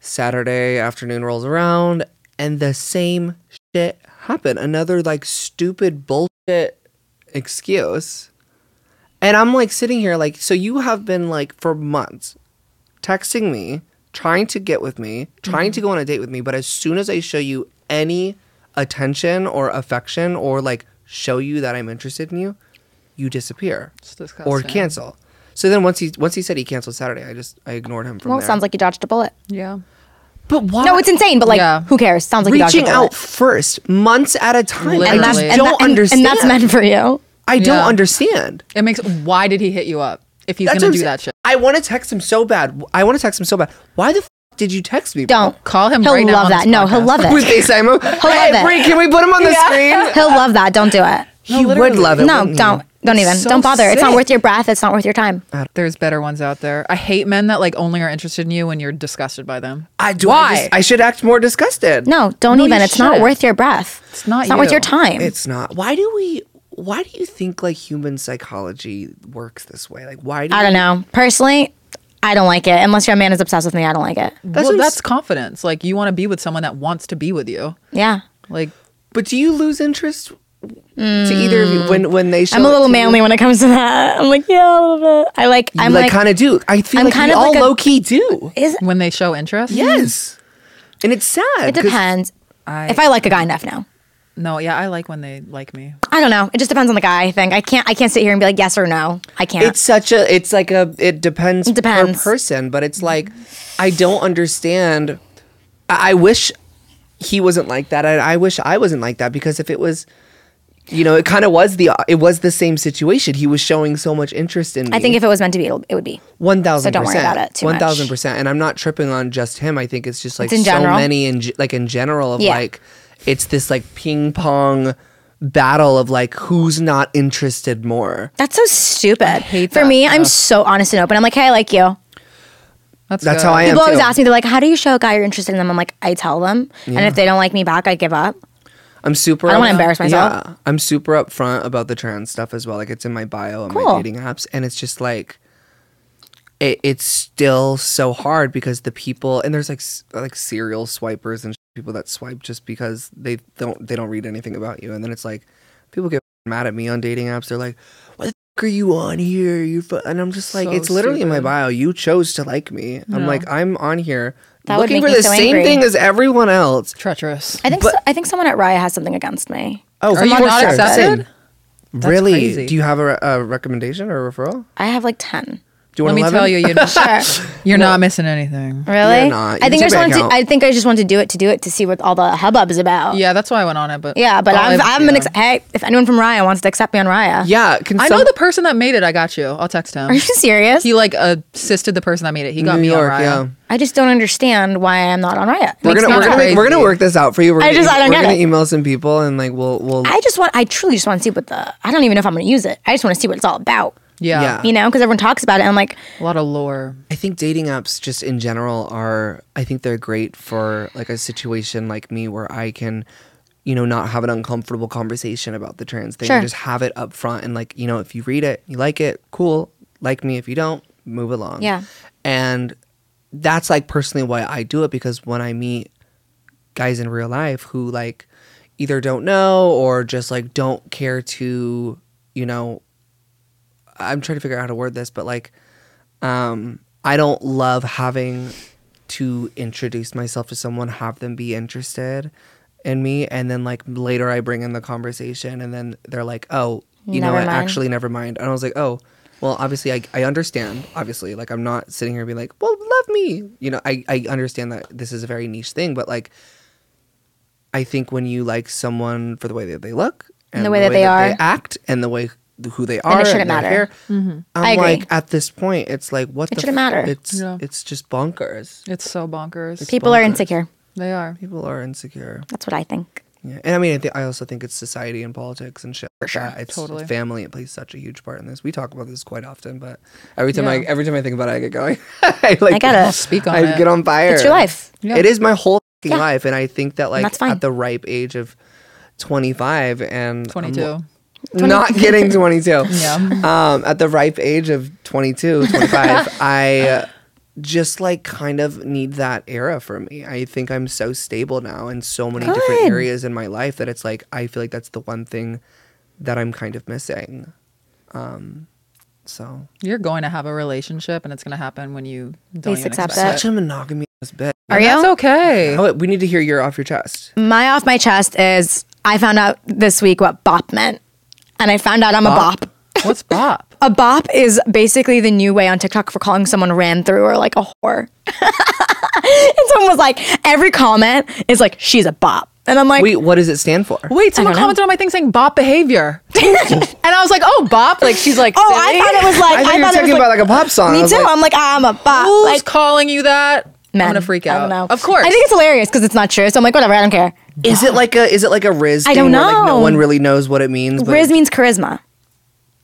Saturday afternoon rolls around and the same shit happened. Another like stupid bullshit excuse. And I'm like sitting here like, so you have been like for months texting me trying to get with me, trying Mm-hmm. to go on a date with me, but as soon as I show you any attention or affection or like show you that I'm interested in you, you disappear It's or disgusting. cancel. So then once he once he said he canceled Saturday, I just I ignored him from Well, there. it sounds like you dodged a bullet. Yeah. but why? No, it's insane, but like, Yeah. who cares? Sounds like you reaching dodged a bullet. out first, months at a time. I Literally. just And that- don't that- understand. And that's meant for you. I don't Yeah. understand. It makes. Why did he hit you up if he's That's gonna what do I'm that saying. shit? I want to text him so bad. I want to text him so bad. Why the f- did you text me? bro? Don't Call him He'll right now love on that. this No, he'll podcast. love We it. FaceTime [LAUGHS] him. He'll hey, love it. Brie, can we put him on the screen? He'll love that. Don't do it. He would love it. No, wouldn't he? don't. Don't even. So don't bother. It's not sick. worth your breath. It's not worth your time. There's better ones out there. I hate men that like only are interested in you when you're disgusted by them. I do. Why? I, just- I should act more disgusted. No, don't No, you even. It's not shouldn't. worth your breath. It's not It's not worth you. your time. it's not. Why do we? Why do you think like human psychology works this way? Like why? Do I we- don't know. Personally, I don't like it. Unless your man is obsessed with me, I don't like it. That's well, what I'm that's s- confidence. Like you want to be with someone that wants to be with you. Yeah. Like But do you lose interest to either of you when when they? Show Mm. I'm a it little to you? manly when it comes to that. [LAUGHS] I'm like, yeah, a little bit. I like, You, I'm like, like, kind of do. I feel I'm like kind we of all like a- Mm. low key do. is, when they show interest. Yes, and it's sad. it 'cause- depends. I- if I like a guy enough now. No. Yeah. I like when they like me. I don't know. It just depends on the guy. I think I can't. I can't sit here and be like yes or no. I can't. It's such a. It's like a. It depends, depends. per person, but it's like I don't understand. I, I wish he wasn't like that, and I wish I wasn't like that because if it was, you know, it kind of was the. It was the same situation. He was showing so much interest in me. I think if it was meant to be, it'll, it would be. One thousand don't worry percent. about it too One much. thousand percent. And I'm not tripping on just him. I think it's just like It's in so general. many in ge- like in general of Yeah. like it's this like ping pong battle of like who's not interested more. That's so stupid. hate For that me, I'm so honest and open. I'm like, hey, I like you. That's That's good. how I am. People always too. ask me, they're like, how do you show a guy you're interested in them? I'm like, I tell them. And if they don't like me back, I give up. I'm super. I don't wanna up- embarrass myself. Yeah, I'm super upfront about the trans stuff as well. Like it's in my bio and my Cool. dating apps, and it's just like it, it's still so hard because the people and there's like s- like serial swipers and people that swipe just because they don't they don't read anything about you, and then it's like people get mad at me on dating apps. They're like, "What the f- are you on here? You fu-" and I'm just like, So it's literally in my stupid. bio. You chose to like me. I'm like, I'm on here That would looking make for me the so same angry. thing as everyone else. Treacherous. I think so, I think someone at Raya has something against me. Oh, Are you for not sure. accepted? Same. really? crazy. Do you have a, re- a recommendation or a referral? I have like ten. Do you Let want me 11? tell you, [LAUGHS] you Sure. you're not missing anything. Really? You're not. I think I It's just a bank wanted to, account. I think I just wanted to do it to do it to see what all the hubbub is about. Yeah, that's why I went on it. But Yeah, but Oh, I've, I haven't been. yeah. Ex- hey, if anyone from Raya wants to accept me on Raya, Yeah. Can I some- know the person that made it. I got you. I'll text him. [LAUGHS] are you serious? He like assisted the person that made it. He got New me York. on Raya. Yeah. I just don't understand why I'm not on Raya. We're gonna Makes no we're gonna, sense. make, we're gonna work this out for you. We're I gonna, just- I don't we're get gonna it. email some people and like we'll we'll I just want. I truly just want to see what the. I don't even know if I'm gonna use it. I just want to see what it's all about. Yeah. Yeah. You know, because everyone talks about it. And I'm like, A lot of lore. I think dating apps just in general are I think they're great for like a situation like me where I can you know not have an uncomfortable conversation about the trans thing Sure. and just have it up front and like you know if you read it you like it cool like me if you don't move along Yeah. and that's like personally why I do it because when I meet guys in real life who like either don't know or just like don't care to you know I'm trying to figure out how to word this but like um, I don't love having to introduce myself to someone, have them be interested in me, and then like later I bring in the conversation, and then they're like, "Oh, you know, Never what? mind. actually, never mind." And I was like, "Oh, well, obviously, I I understand. Obviously, like I'm not sitting here being like, well, love me.' You know, I I understand that this is a very niche thing, but like, I think when you like someone for the way that they look the way that they are. act, and the way who they are, it and shouldn't their matter. Mm-hmm. hair, I'm I agree. like at this point, it's like what It the shouldn't matter. It's Yeah. it's just bonkers. It's so bonkers. people are insecure. They are. People are insecure. That's what I think. Yeah, and I mean, I, th- I also think it's society and politics and shit. For sure, it's Totally. family. It plays such a huge part in this. We talk about this quite often, but every time I Yeah. every time I think about it, I get going. [LAUGHS] I like I get it. Speak on I it. get on fire. It's your life. Yeah. It is my whole fucking Yeah. life, and I think that like that's fine. at the ripe age of twenty five and I'm 22. [LAUGHS] not getting 22. Yeah. Um, at the ripe age of 22, 25, [LAUGHS] I just like kind of need that era for me. I think I'm so stable now in so many different Good. areas in my life that it's like I feel like that's the one thing that I'm kind of missing. Um, So You're going to have a relationship, and it's going to happen when you don't Please even accept expect that. it. such a monogamy bitch. Are you? That's okay. Now Oh, we need to hear you're off your chest. My off my chest is I found out this week what bop meant, and I found out I'm Bop? a bop. What's [LAUGHS] bop? A bop is basically the new way on TikTok for calling someone ran through or like a whore. [LAUGHS] and someone was like, every comment is like, she's a bop. And I'm like, [LAUGHS] Wait, what does it stand for? Wait, someone know. commented on my thing saying bop behavior. and I was like, [LAUGHS] oh, bop. Like, she's like, oh, silly? I thought it was like, I thought you I were thought it talking was about like, like a pop song. I me was too. like, I'm like, I'm a bop. Who's like, calling you that? men. I'm going to freak out. I don't know. Of course. I think it's hilarious because it's not true. So I'm like, whatever, I don't care. is it like a is it like a Riz? I thing don't Where like no know. one really knows what it means. But Riz means charisma.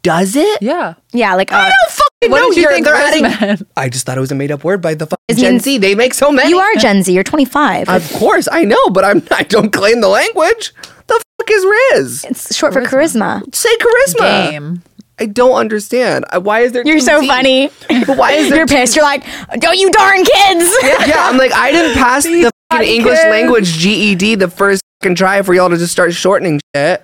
does it? yeah. Yeah, like, uh, fucking What know. did you You're- think they're Riz adding- meant? [LAUGHS] I just thought it was a made up word by the fucking It Gen means- Z. They make so many. you are Gen Z. You're 25. Of course, I know, but I'm [LAUGHS] I don't claim the language. The fuck is Riz? it's short for charisma. Say charisma. Game. I don't understand. I- Why is there? You're two so Zs? funny. But why is there? You're pissed. You're like, don't you darn kids. [LAUGHS] [LAUGHS] yeah, I'm like I didn't pass the fucking English kids. language GED the first fucking try for y'all to just start shortening shit.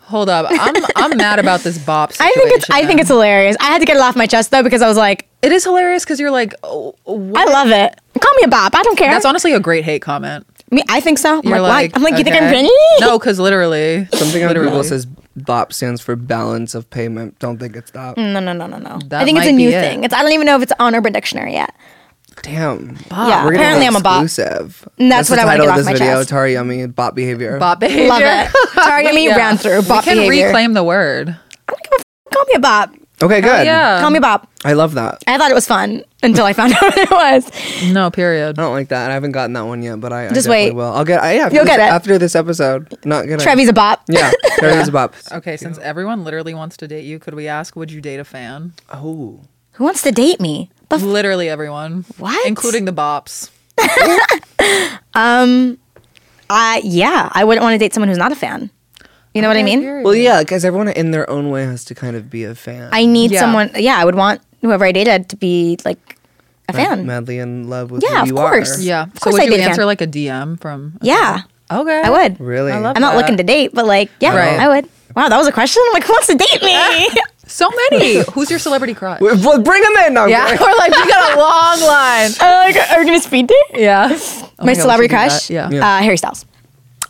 Hold up. I'm, I'm mad about this bop [LAUGHS] I situation. think it's I think it's hilarious. I had to get it off my chest though because I was like, It is hilarious because you're like, oh, I what? love it. Call me a bop. I don't care. That's honestly a great hate comment. me. I think so. I'm You're like, like, why? I'm like, you think I'm okay. pretty? No, because literally. Something on literally. Google says BOP stands for balance of payment. Don't think it's that. No, no, no, no, no. That I think it's a might new be it. thing. It's I don't even know if it's on Urban Dictionary yet. Damn. Yeah, We're gonna apparently have I'm a bop. Exclusive. And that's what the I wanna title get of off this my video. chest. Tari yummy bop behavior. Bop behavior. Love [LAUGHS] it. [LAUGHS] Target me, Yeah. ran through. we Bop can behavior. reclaim the word. I don't give a f- Call me a bop. Okay, good. yeah. Call me a bop. I love that. I thought it was fun until I found [LAUGHS] out what it was. No, period. I don't like that. I haven't gotten that one yet, but I, I Just definitely wait. will. I'll get. I, after You'll this, get it. after this episode. Not gonna. Trevi's a bop. [LAUGHS] Yeah, Tari's a bop. Okay, since everyone literally wants to date you, could we ask, would you date a fan? Oh, Who wants to date me? But f- Literally everyone. What? Including the bops. I yeah, I wouldn't want to date someone who's not a fan. You know what I mean? well, yeah, because everyone in their own way has to kind of be a fan. I need Yeah. someone. Yeah, I would want whoever I dated to be like a fan. madly in love with Yeah, who of you course. are. Yeah. Of So course would I you date a fan. answer like a DM from? Yeah, Okay. I would. Really? I love I'm not that. looking to date, but like, yeah, Right. I would. Wow, that was a question. I'm like, who wants to [LAUGHS] date me? [LAUGHS] So many. Who's your celebrity crush? Well, bring them in. No, I'm yeah. [LAUGHS] kidding. We're like, we got a long line. I'm Uh, like, are we gonna speed date? Yeah. Oh My, celebrity crush, Yeah. uh, Harry Styles.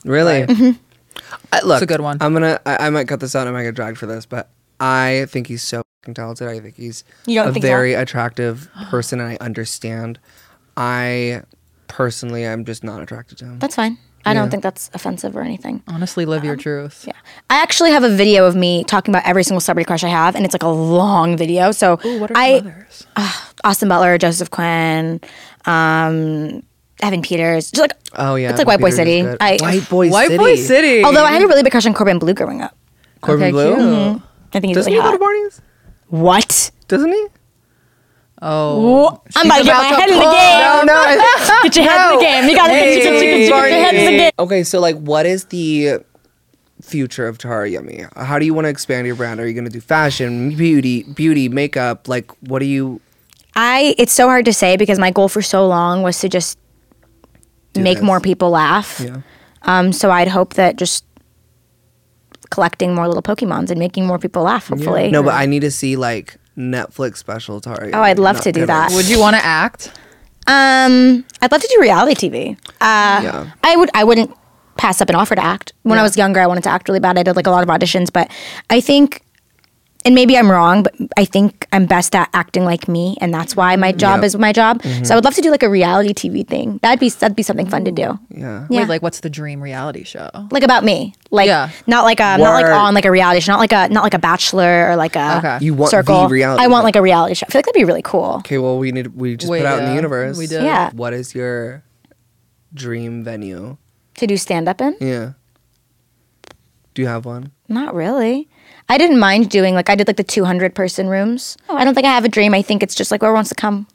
Really? Mm-hmm. I, look, It's a good one. I'm gonna. I, I might cut this out. I might get dragged for this, but I think he's so fucking talented. I think he's You don't a think so? very attractive person, and I understand. I personally, I'm just not attracted to him. That's fine. I don't think that's offensive or anything. Honestly, live your truth. Yeah, I actually have a video of me talking about every single celebrity crush I have, and it's like a long video. So What are I some others? Austin Butler, Joseph Quinn, um, Evan Peters, just like oh yeah, it's like White Boy Peter's City. good. I, White boy White city. Boy City. although Mm-hmm. I had a really big crush on Corbin Blue growing up. Corbin Okay, Blue. cute. I think he's Doesn't he go really hot. to parties? What? Doesn't he? Oh. I'm about to get about my to head in the pull. game. No, no. [LAUGHS] Get [LAUGHS] your head in the game. You gotta get, your- get, your- get, your- get your head in the game. Okay, so like, what is the future of Tara Yummy? How do you want to expand your brand? Are you going to do fashion, beauty, beauty, makeup? Like, what do you? I. It's so hard to say because my goal for so long was to just make this. more people laugh. Yeah. Um. So I'd hope that just collecting more little Pokemons and making more people laugh. Hopefully. No, but I need to see like Netflix special Tara. Oh, I'd love to do that. Would you want to act? Um, I'd love to do reality TV. Uh, Yeah. I would. I wouldn't pass up an offer to act. When I was younger, I wanted to act really bad. I did like a lot of auditions, but I think, and maybe I'm wrong, but I think I'm best at acting like me, and that's why my job Yep. is my job. Mm-hmm. So I would love to do like a reality TV thing. That'd be that'd be something fun to do. Yeah. Yeah. Wait, like, what's the dream reality show? Like about me, like Yeah. not like a not like Word. on like a reality show, not like a not like a Bachelor or like a Okay. You want the circle. reality I want show. like a reality show. I feel like that'd be really cool. Okay. Well, we need. We just Wait, put out in the yeah, universe. we did. Yeah. What is your dream venue? To do stand up in. Yeah. Do you have one? Not really. I didn't mind doing like I did like the 200 person rooms. I don't think I have a dream. I think it's just like whoever wants to come.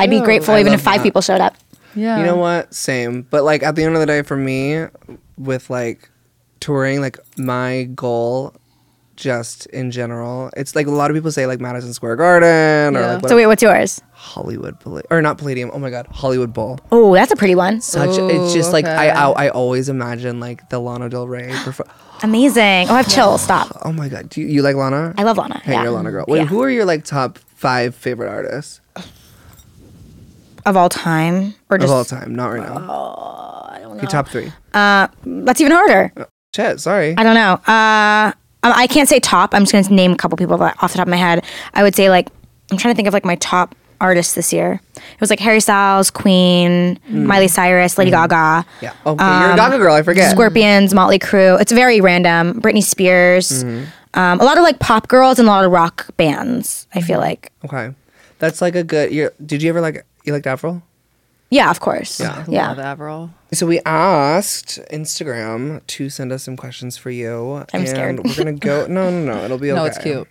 I'd be Cute. grateful I even love if five that. people showed up. Yeah. Oh. You know what? Same. But like at the end of the day, for me, with like touring, like my goal just in general. It's like a lot of people say like Madison Square Garden or Yeah. like what, So wait, what's yours? Hollywood Palladium or not Palladium. Oh my God, Hollywood Bowl. Oh, that's a pretty one. Such it's Ooh, just like I, okay. I I always imagine like the Lana Del [GASPS] Rey. Perf- Amazing. Oh, I have chills. Stop. oh my God, do you, you like Lana? I love Lana. Hey, yeah. you're a Lana girl. Wait, Yeah. who are your like top five favorite artists Of all time, or of just Oh, all time? Not right now. Your top three. uh, that's even harder. Shit, sorry. I don't know. Uh, um, I can't say top. I'm just going to name a couple people that off the top of my head. I would say like I'm trying to think of like my top artists this year. It was like Harry Styles, Queen, Miley Cyrus, Lady Gaga, Hmm. yeah. Okay, Um, you're a Gaga girl. I forget. Scorpions, Motley Crue. It's very random. Britney Spears. Mm-hmm. Um, a lot of like pop girls and a lot of rock bands. I feel like. Okay, that's like a good. You're, did you ever like you liked Avril? Yeah, of course. Yeah. Love Avril. So we asked Instagram to send us some questions for you. I'm and scared. We're gonna go. No, no, no. It'll be okay. No, it's cute.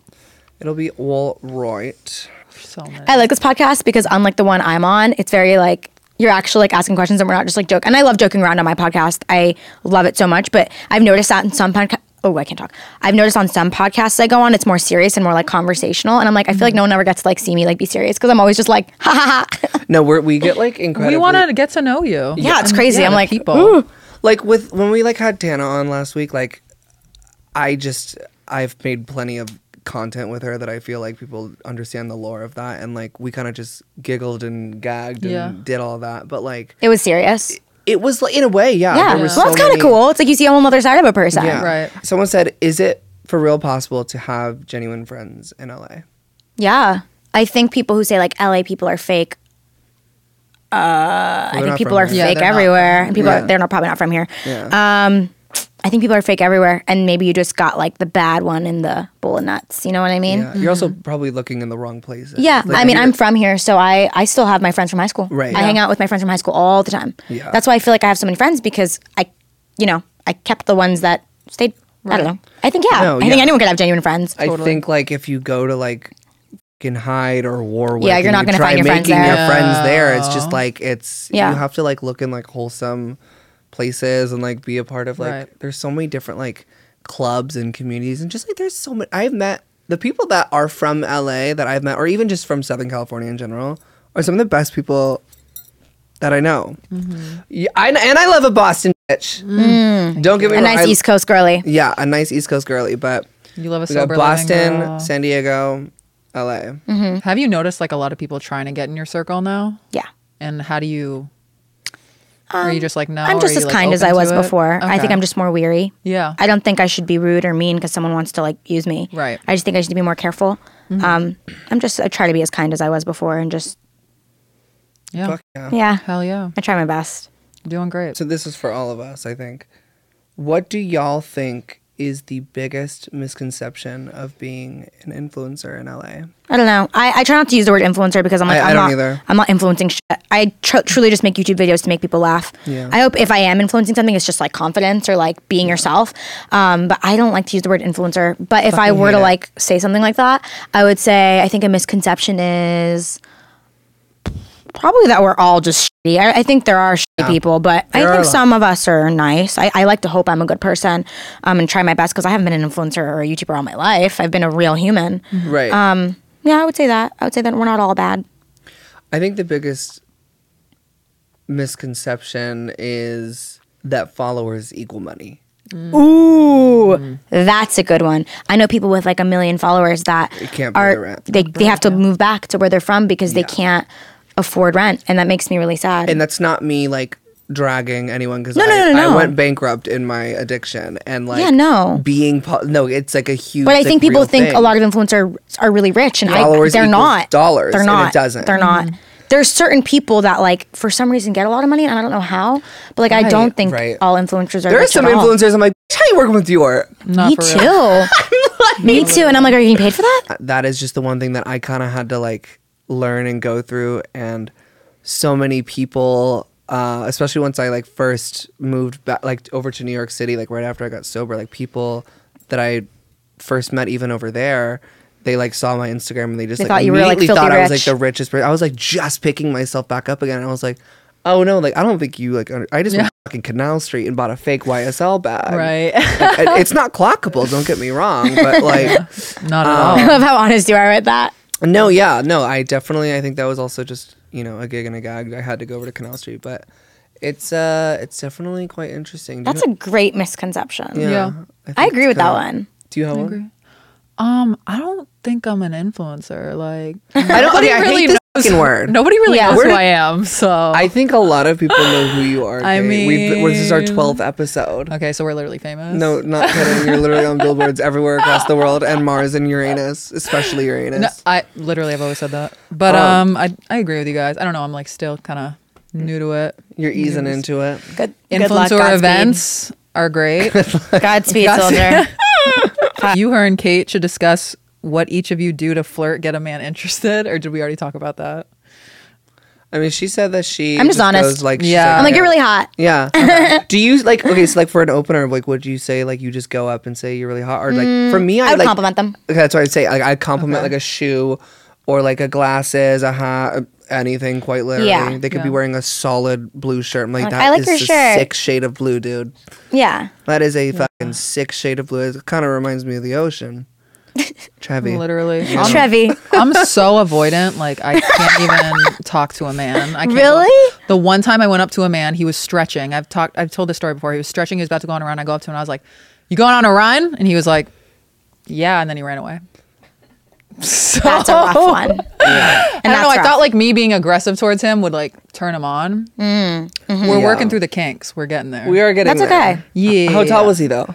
It'll be all right. So many. I like this podcast because unlike the one I'm on, it's very like you're actually like asking questions and we're not just like joke. And I love joking around on my podcast. I love it so much. But I've noticed that in some podcast. Oh, I can't talk. I've noticed on some podcasts I go on, it's more serious and more like conversational. And I'm like, I Mm-hmm. feel like no one ever gets to like see me like be serious because I'm always just like, [LAUGHS] ha ha ha. No, we're, we get like incredibly. we want to get to know you. Yeah, it's crazy. Yeah, I'm the like, people. ooh. like with when we like had Dana on last week. Like, I just I've made plenty of content with her that I feel like people understand the lore of that, and like we kind of just giggled and gagged and Yeah. did all that. But like It was serious. it was like in a way, yeah. Yeah. Uh, there Well, was that's so kind of many- cool. It's like you see a whole other side of a person. Yeah. Right. Someone said, "Is it for real possible to have genuine friends in Uh, LA?" Yeah. I think people who say like LA people are fake. Uh, I not think people from are here. Yeah, fake they're not everywhere, and people Yeah. are, they're not probably not from here. Yeah. Um, I think people are fake everywhere, and maybe you just got like the bad one in the bowl of nuts. You know what I mean? Yeah. Yeah. You're also probably looking in the wrong places. Like, I mean, you're- I'm from here, so I I still have my friends from high school. Right. I hang out with my friends from high school all the time. Yeah. That's why I feel like I have so many friends because I, you know, I kept the ones that stayed. I don't know. I think yeah. No, I think yeah. anyone could have genuine friends. I think like if you go to like in Hyde or Warwick, Yeah, you're and not you gonna try find your friends making there. your friends there. It's just like it's Yeah. you have to like look in like wholesome places and like be a part of like Right. there's so many different like clubs and communities and just like there's so many I've met the people that are from LA that I've met or even just from Southern California in general are some of the best people that I know. Mm-hmm. Yeah, I, and I love a Boston bitch. Don't get me Mm. wrong. A nice I- East Coast girly. yeah, a nice East Coast girly, but You love a we got sober living Boston, uh, girl. San Diego, LA. Have you noticed like a lot of people trying to get in your circle now? Yeah. And how do you? are you just like no? Um, I'm Are just you, as like, kind as open I to was it? before. I think Okay. I'm just more weary. Yeah. I don't think I should be rude or mean because someone wants to like use me. Right. I just think I should be more careful. Um, I'm just I try to be as kind as I was before and just yeah. Fuck yeah. yeah. Hell yeah. I try my best. Doing great. So this is for all of us, I think. What do y'all think is the biggest misconception of being an influencer in LA? I don't know. I, I try not to use the word influencer because I'm like I- I am don't not either. I'm not influencing shit. I tr- truly just make YouTube videos to make people laugh. Yeah. I hope if I am influencing something, it's just like confidence or like being yourself. Um, but I don't like to use the word influencer. But if I Fucking were hate to it. like say something like that, I would say I think a misconception is probably that we're all just shitty. I, I think there are shitty people, but There I are a think lot. some of us are nice. I, I like to hope I'm a good person um, and try my best because I haven't been an influencer or a YouTuber all my life. I've been a real human. Right. Um, yeah, I would say that. I would say that we're not all bad. I think the biggest misconception is that followers equal money. Ooh, that's a good one. I know people with like a million followers that It can't pay the are rent. they they have to move back to where they're from because they can't afford rent, and that makes me really sad. And that's not me like dragging anyone because No, I, no, no, I no. went bankrupt in my addiction and like Yeah, no. being po- no it's like a huge but I think people think a lot of. of influencers are really rich, and Followers I, they're equals not. dollars, They're and it not. doesn't. They're not. There's certain people that like for some reason get a lot of money, and I don't know how. But like, I Right, don't think right. all influencers are. There are rich some at all. influencers. I'm like, "Bitch, how you working with Dior? Not Me for too. real. Me too. And I'm like, are you getting paid for that? [LAUGHS] That is just the one thing that I kind of had to like learn and go through. And so many people, uh, especially once I like first moved back, like over to New York City, like right after I got sober, like people that I first met even over there. They like saw my Instagram and they just They like thought you were, like, immediately filthy thought I was like rich. the richest person. I was like just picking myself back up again, and I was like, oh no, like I don't think you like. Under- I just went to fucking Canal Street and bought a fake YSL bag. [LAUGHS] right? Like, it- it's not clockable. Don't get me wrong, [LAUGHS] but like, Not at all. I love how honest you are with that. no, yeah, no. I definitely. I think that was also just you know a gig and a gag. I had to go over to Canal Street, but it's uh, it's definitely quite interesting. Do That's you a great misconception. know- yeah. think I agree it's with that kinda- one. Do you have one? [LAUGHS] Um, I don't think I'm an influencer. Like I don't. Nobody okay, I really hate this fucking word. nobody really Yeah. knows Where who did- I am. So I think a lot of people know who you [LAUGHS] are. I Kate. We've, this is our mean- 12th episode. okay, so we're literally famous. No, not kidding. You're literally on billboards everywhere across the world, and Mars and Uranus, especially No, Uranus. I literally I've always said that. But um, I I agree with you guys. I don't know. I'm like still kind of new to it. You're easing into it. Good. Influencer events are great. [LAUGHS] Godspeed, soldier. you, her, and Kate should discuss what each of you do to flirt, get a man interested, or did we already talk about that? I mean, she said that she. I'm just honest. goes, like, she's Yeah. I'm like, okay. you're really hot. Yeah. [LAUGHS] do you like okay? So like for an opener, like would you say like you just go up and say you're really hot, or like for me, I, I would like, compliment them. Okay, that's what I'd say. Like I compliment Okay. like a shoe, or like a glasses, a hat, uh, anything. Quite literally, Yeah. they could be Yeah. wearing a solid blue shirt. I'm like, Like, that I like is your a shirt." sick shade of blue, dude. Yeah. That is a fucking sick shade of blue. It kind of reminds me of the ocean. Chevy. Literally, I'm, Trevi. I'm so [LAUGHS] avoidant. Like I can't even talk to a man. I can't Really? The one time I went up to a man, he was stretching. I've talked. I've told this story before. He was stretching. He was about to go on a run. I go up to him and I was like, "You going on a run?" And he was like, "Yeah." And then he ran away. So, That's a rough one. I And don't know. that's I thought rough. like me being aggressive towards him would like turn him on. Mm-hmm. We're working through the kinks. We're getting there. We are getting That's there. okay. Yeah. How tall was he though?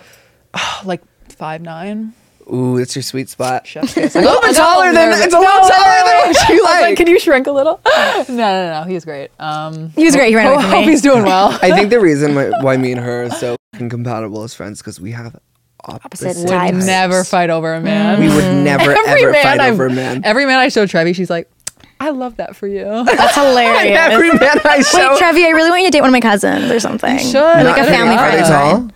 like five nine. Ooh, it's your sweet spot. Chef's kiss. A little bit taller than it's a little taller than what you like. Can you shrink a little? no, no, no. He was great. Um, He was great. He [LAUGHS] ran hope, away from hope me. he's [LAUGHS] doing well. I think the reason why, why me and her are so incompatible as friends because we have opposite, Opposite types. I'd types. never fight over a man. We would never ever fight I, over a [LAUGHS] man. Every man I showed Trevi, she's like, I love that for you. That's [LAUGHS] hilarious. Every man I show. Wait, Trevi, I really want you to date one of my cousins or something. should. Or Like Not- a are they- family Are friend. they of mine. tall?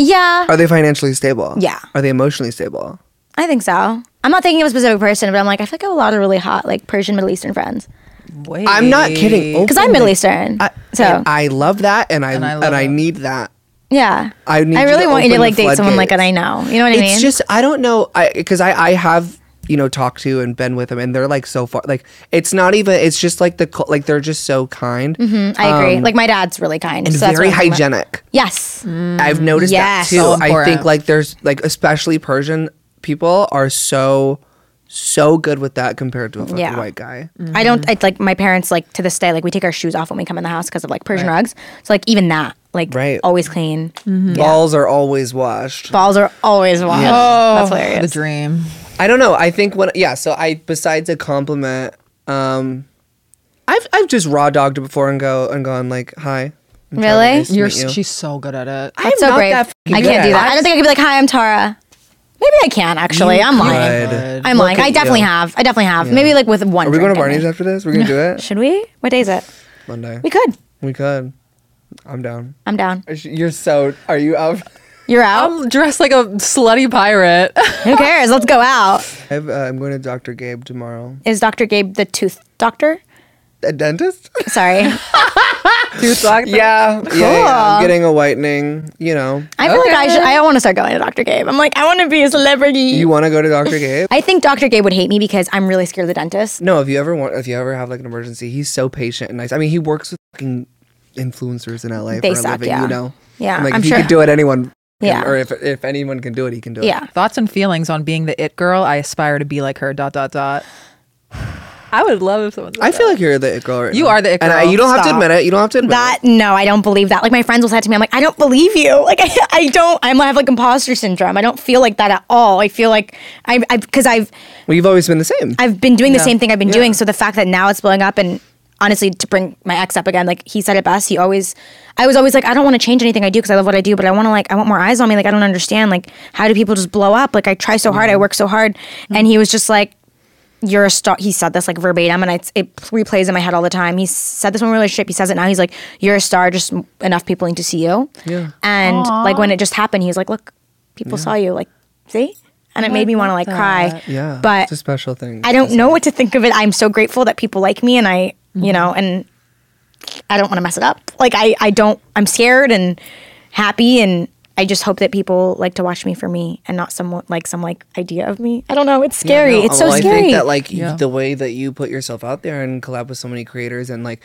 Yeah, Are they financially stable? Yeah. Are they emotionally stable? I think so. I'm not thinking of a specific person, but I'm like, I feel like I have a lot of really hot, like Persian Middle Eastern friends. Wait. I'm not kidding. Oh, Because I'm Middle Eastern. so, Mm-hmm. I love that, and I And I and love I it. need that. yeah. I need I you really to want you to open like the date someone like floodgates. that I know. You know what I mean? It's just I don't know I because I I have you know talked to and been with them and they're like so far like it's not even it's just like the cul- like they're just so kind I agree. like my dad's really kind. Um, and so that's very what I'm thinking about. hygienic. Yes. I've noticed Yes. that too. So I think important. like there's like especially Persian people are so so good with that compared to a fucking Yeah. white guy. I don't. It's like my parents like to this day. Like we take our shoes off when we come in the house because of like Persian rugs. So like even that, like Right. always clean. Balls are always washed. Balls are always washed. Oh. Oh, That's The hilarious. dream. I don't know. I think when yeah, so I besides a compliment, um I've I've just raw dogged it before and go and gone like, hi. I'm Trevor, Really? nice to You're, meet you." She's so good at it. I'm That's so not great. that fucking I good. can't do that. I don't think I could be like, "Hi, I'm Tara." Maybe I can actually. I'm lying. Good. I'm lying. at I definitely you. have. I definitely have. Maybe like with one. Are we going drink to in Barney's me. after this? We're gonna [LAUGHS] do it Should we? What day is it? Monday. We could. We could. I'm down. I'm down. You're so. Are you out? You're out. Um, I'm dressed like a slutty pirate. [LAUGHS] uh, Who cares? Let's go out. I've, uh, I'm going to Dr. Gabe tomorrow. Is Dr. Gabe the tooth doctor? A dentist? [LAUGHS] Sorry, Tooth black. yeah. Yeah, yeah. I'm getting a whitening. You know. I feel like I Okay. should. I want to start going to Dr. Gabe. I'm like, I want to be a celebrity. You want to go to Dr. Gabe? I think Dr. Gabe would hate me because I'm really scared of the dentist. no. If you ever want, if you ever have like an emergency, he's so patient and nice. I mean, he works with fucking influencers in LA They for suck, a living. yeah. You know. Yeah, I'm like, I'm if sure- he could do it, anyone. Can, Yeah. Or if if anyone can do it, he can do it. Yeah. Thoughts and feelings on being the it girl. I aspire to be like her. Dot dot dot. I would love if someone. I feel like you're the it girl right You now. are the it And I, girl. you don't have to Stop. admit it. You don't have to admit it. That no, I don't believe that. Like my friends will say to me, I'm like, I don't believe you. [LAUGHS] Like I, I don't. I'm I have like imposter syndrome. I don't feel like that at all. I feel like I, I because I've Well, you've always been the same. I've been doing the same thing I've been doing. So the fact that now it's blowing up and honestly to bring my ex up again, like he said it best. He always, I was always like, I don't want to change anything I do because I love what I do, but I want to like, I want more eyes on me. Like I don't understand. Like how do people just blow up? Like I try so hard, I work so hard, and he was just like. You're a star. He said this like verbatim, and I, it replays in my head all the time. He said this in a relationship. He says it now. He's like, "You're a star. Just m- enough people need to see you." Yeah. And like when it just happened, he was like, "Look, people saw you. Like, see." And it made me want to like cry. yeah. But it's a special thing. I don't know what to think of it. I'm so grateful that people like me and I, you know, and I don't want to mess it up. Like I, I don't. I'm scared and happy, and I just hope that people like to watch me for me and not someone like some like idea of me. I don't know. It's scary. No, uh, it's so well, scary. I think that like y- Yeah. the way that you put yourself out there and collab with so many creators and like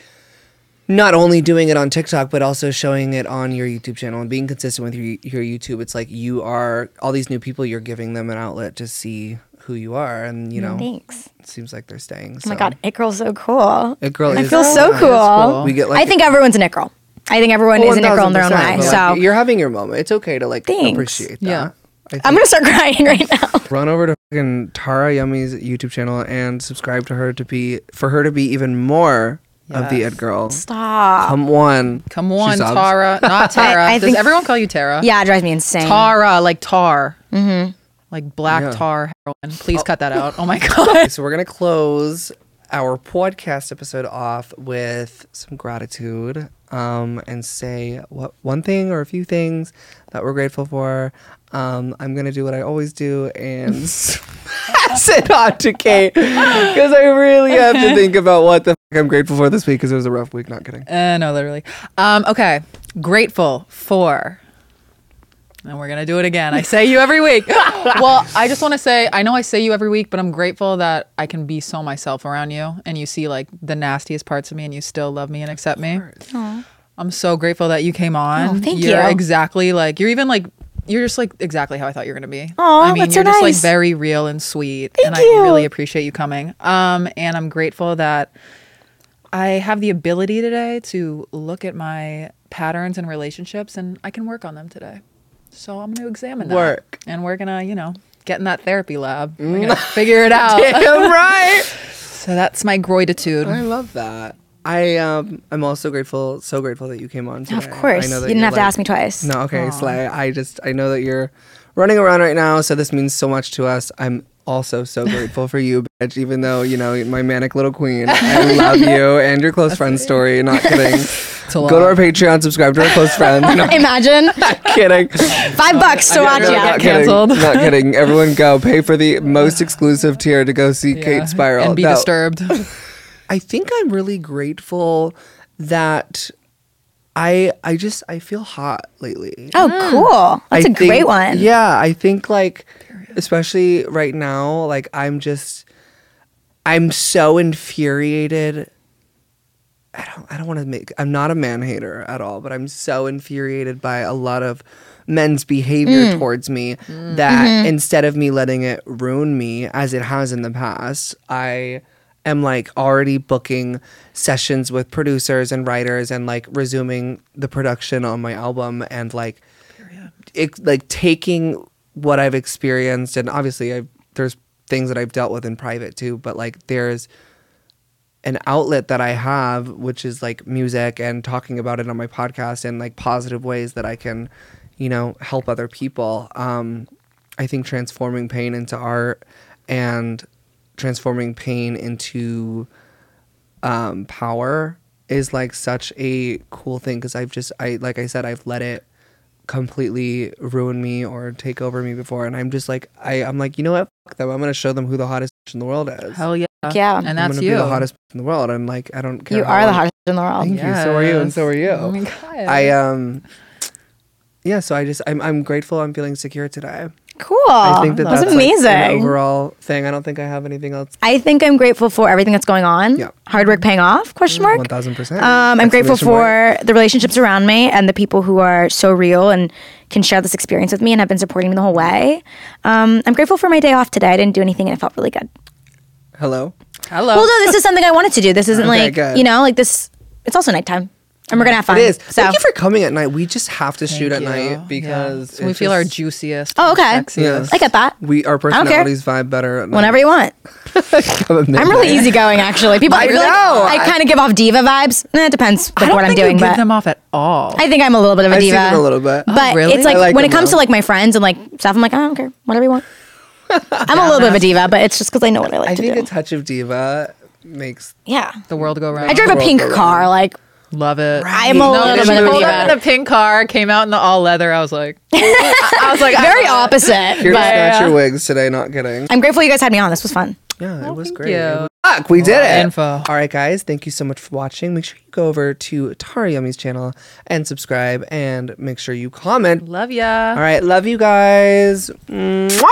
not only doing it on TikTok but also showing it on your YouTube channel and being consistent with your, your YouTube. It's like you are all these new people. You're giving them an outlet to see who you are, and you know, Thanks. it seems like they're staying. Oh my god, it girl's so cool. It girl I is feel so cool. cool. cool. We get like I think everyone's an it girl. I think everyone is an it girl in their 1000%, own way. but, so like, you're having your moment. It's okay to like Thanks. appreciate that. Yeah. I think I'm gonna start crying [LAUGHS] right now. run over to fucking Tara Yummy's YouTube channel and subscribe to her to be for her to be even more of the Ed girl. Stop. Come on, Come She on, sobs. Tara. Not Tara. I Does think- everyone call you Tara? Yeah, it drives me insane. Tara, like tar. Mm-hmm. Like black Yeah. tar heroin. Please cut that out. Oh my [LAUGHS] God. So we're gonna close our podcast episode off with some gratitude um, and say what one thing or a few things that we're grateful for. Um, I'm gonna do what I always do and [LAUGHS] pass it on to Kate because I really have to think about what the fuck I'm grateful for this week because it was a rough week. Not [LAUGHS] kidding. Uh, no, literally. Um, okay. Grateful for. And we're going to do it again. I say you every week. [LAUGHS] well, I just want to say I know I say you every week, but I'm grateful that I can be so myself around you and you see like the nastiest parts of me and you still love me and accept me. I'm so grateful that you came on. Oh, thank you're you. exactly like, you're even like, you're just like exactly how I thought you were going to be. Aw, I mean, that's so you're just like nice. very real and sweet. and Thank I really you. appreciate you coming. Um, and I'm grateful that I have the ability today to look at my patterns and relationships and I can work on them today. So I'm going to examine that. Work. And we're going to, you know, get in that therapy lab. We're Mm. going to figure it [LAUGHS] out. Damn right. so that's my gratitude. I love that. I um I'm also grateful, so grateful that you came on. Today. Of course. I You know that didn't you're, have to like- ask me twice. No, okay, Slay. I just I know that you're running around right now, so this means so much to us. I'm also [LAUGHS] so grateful for you, bitch. Even though you know my manic little [LAUGHS] queen, I love you and your close friend story. Not kidding. a Go lot. to our Patreon, subscribe to our close [LAUGHS] friends. Not [LAUGHS] [LAUGHS] Imagine kidding. five bucks to watch No, ya. not got kidding. canceled. Not [LAUGHS] kidding. Everyone, go pay for the most exclusive tier to go see Kate Spiral And be No. [LAUGHS] disturbed. I think I'm really grateful that I I just I feel hot lately. Oh, cool. That's a a great one. Yeah, I think like especially right now, like I'm just I'm so infuriated. I don't I don't want to make I'm not a man hater at all, but I'm so infuriated by a lot of men's behavior Mm. towards me that Mm-hmm. instead of me letting it ruin me as it has in the past, I am like already booking sessions with producers and writers and like resuming the production on my album and like ex- like taking what I've experienced, and obviously I there's things that I've dealt with in private too, but like there's an outlet that I have, which is like music and talking about it on my podcast and like positive ways that I can, you know, help other people. Um, I think transforming pain into art and transforming pain into um, power is like such a cool thing because I've just I like I said I've let it completely ruin me or take over me before, and I'm just like I I'm like you know what fuck them I'm gonna show them who the hottest in the world is. Hell yeah. Yeah. And I'm that's gonna you. be the hottest in the world. I'm like I don't care. You how are the long- hottest in the world. Thank you. So are you, and so are you. Oh my God. I um. Yeah, so I just I'm I'm grateful. I'm feeling secure today. Cool. I think that that's, that's, like, amazing. an overall thing. I don't think I have anything else. I think I'm grateful for everything that's going on. Yeah. Hard work paying off? Question mark. One thousand percent. Um, I'm grateful for the relationships around me and the people who are so real and can share this experience with me and have been supporting me the whole way. Um, I'm grateful for my day off today. I didn't do anything and it felt really good. Hello. Hello. Well, no, this is something I wanted to do. This isn't Oh. Okay, like, good. you know, like this, it's also nighttime and we're going to have fun. It is. So. Thank you for coming at night. We just have to shoot at Thank you. night because Yeah. So we it feel our just- juiciest. Oh, okay. and sexiest. I get that. we our don't care. personalities vibe better at night. Whenever you want. [LAUGHS] [LAUGHS] I'm really easygoing, actually. People, I, I feel like know. I kind of give off diva vibes. Eh, It depends like, I don't what I'm think doing, you give but them off at all. I think I'm a little bit of a I see diva. them a little bit. But really? it's I like, like when it them, comes though. to like my friends and like stuff, I'm like, I don't care, whatever you want. I'm a little bit of a diva, but it's just because I know what I like I to think do. a touch of diva makes yeah, the world go round. I drove a world pink around. car. Like Love it. Right. I am a No, little When bit she of a pulled out in diva. the pink car, came out in the all leather. I was [LAUGHS] like, I was like very opposite, [LAUGHS] You're gonna [LAUGHS] but snatch your wigs today, not kidding. I'm grateful you guys had me on. This was fun. Yeah, it was thank great. It you. was- Fuck, we did it. info. All right, guys, thank you so much for watching. Make sure you go over to Tara Yummy's channel and subscribe, and make sure you comment. Love ya. All right, love you guys. Mwah!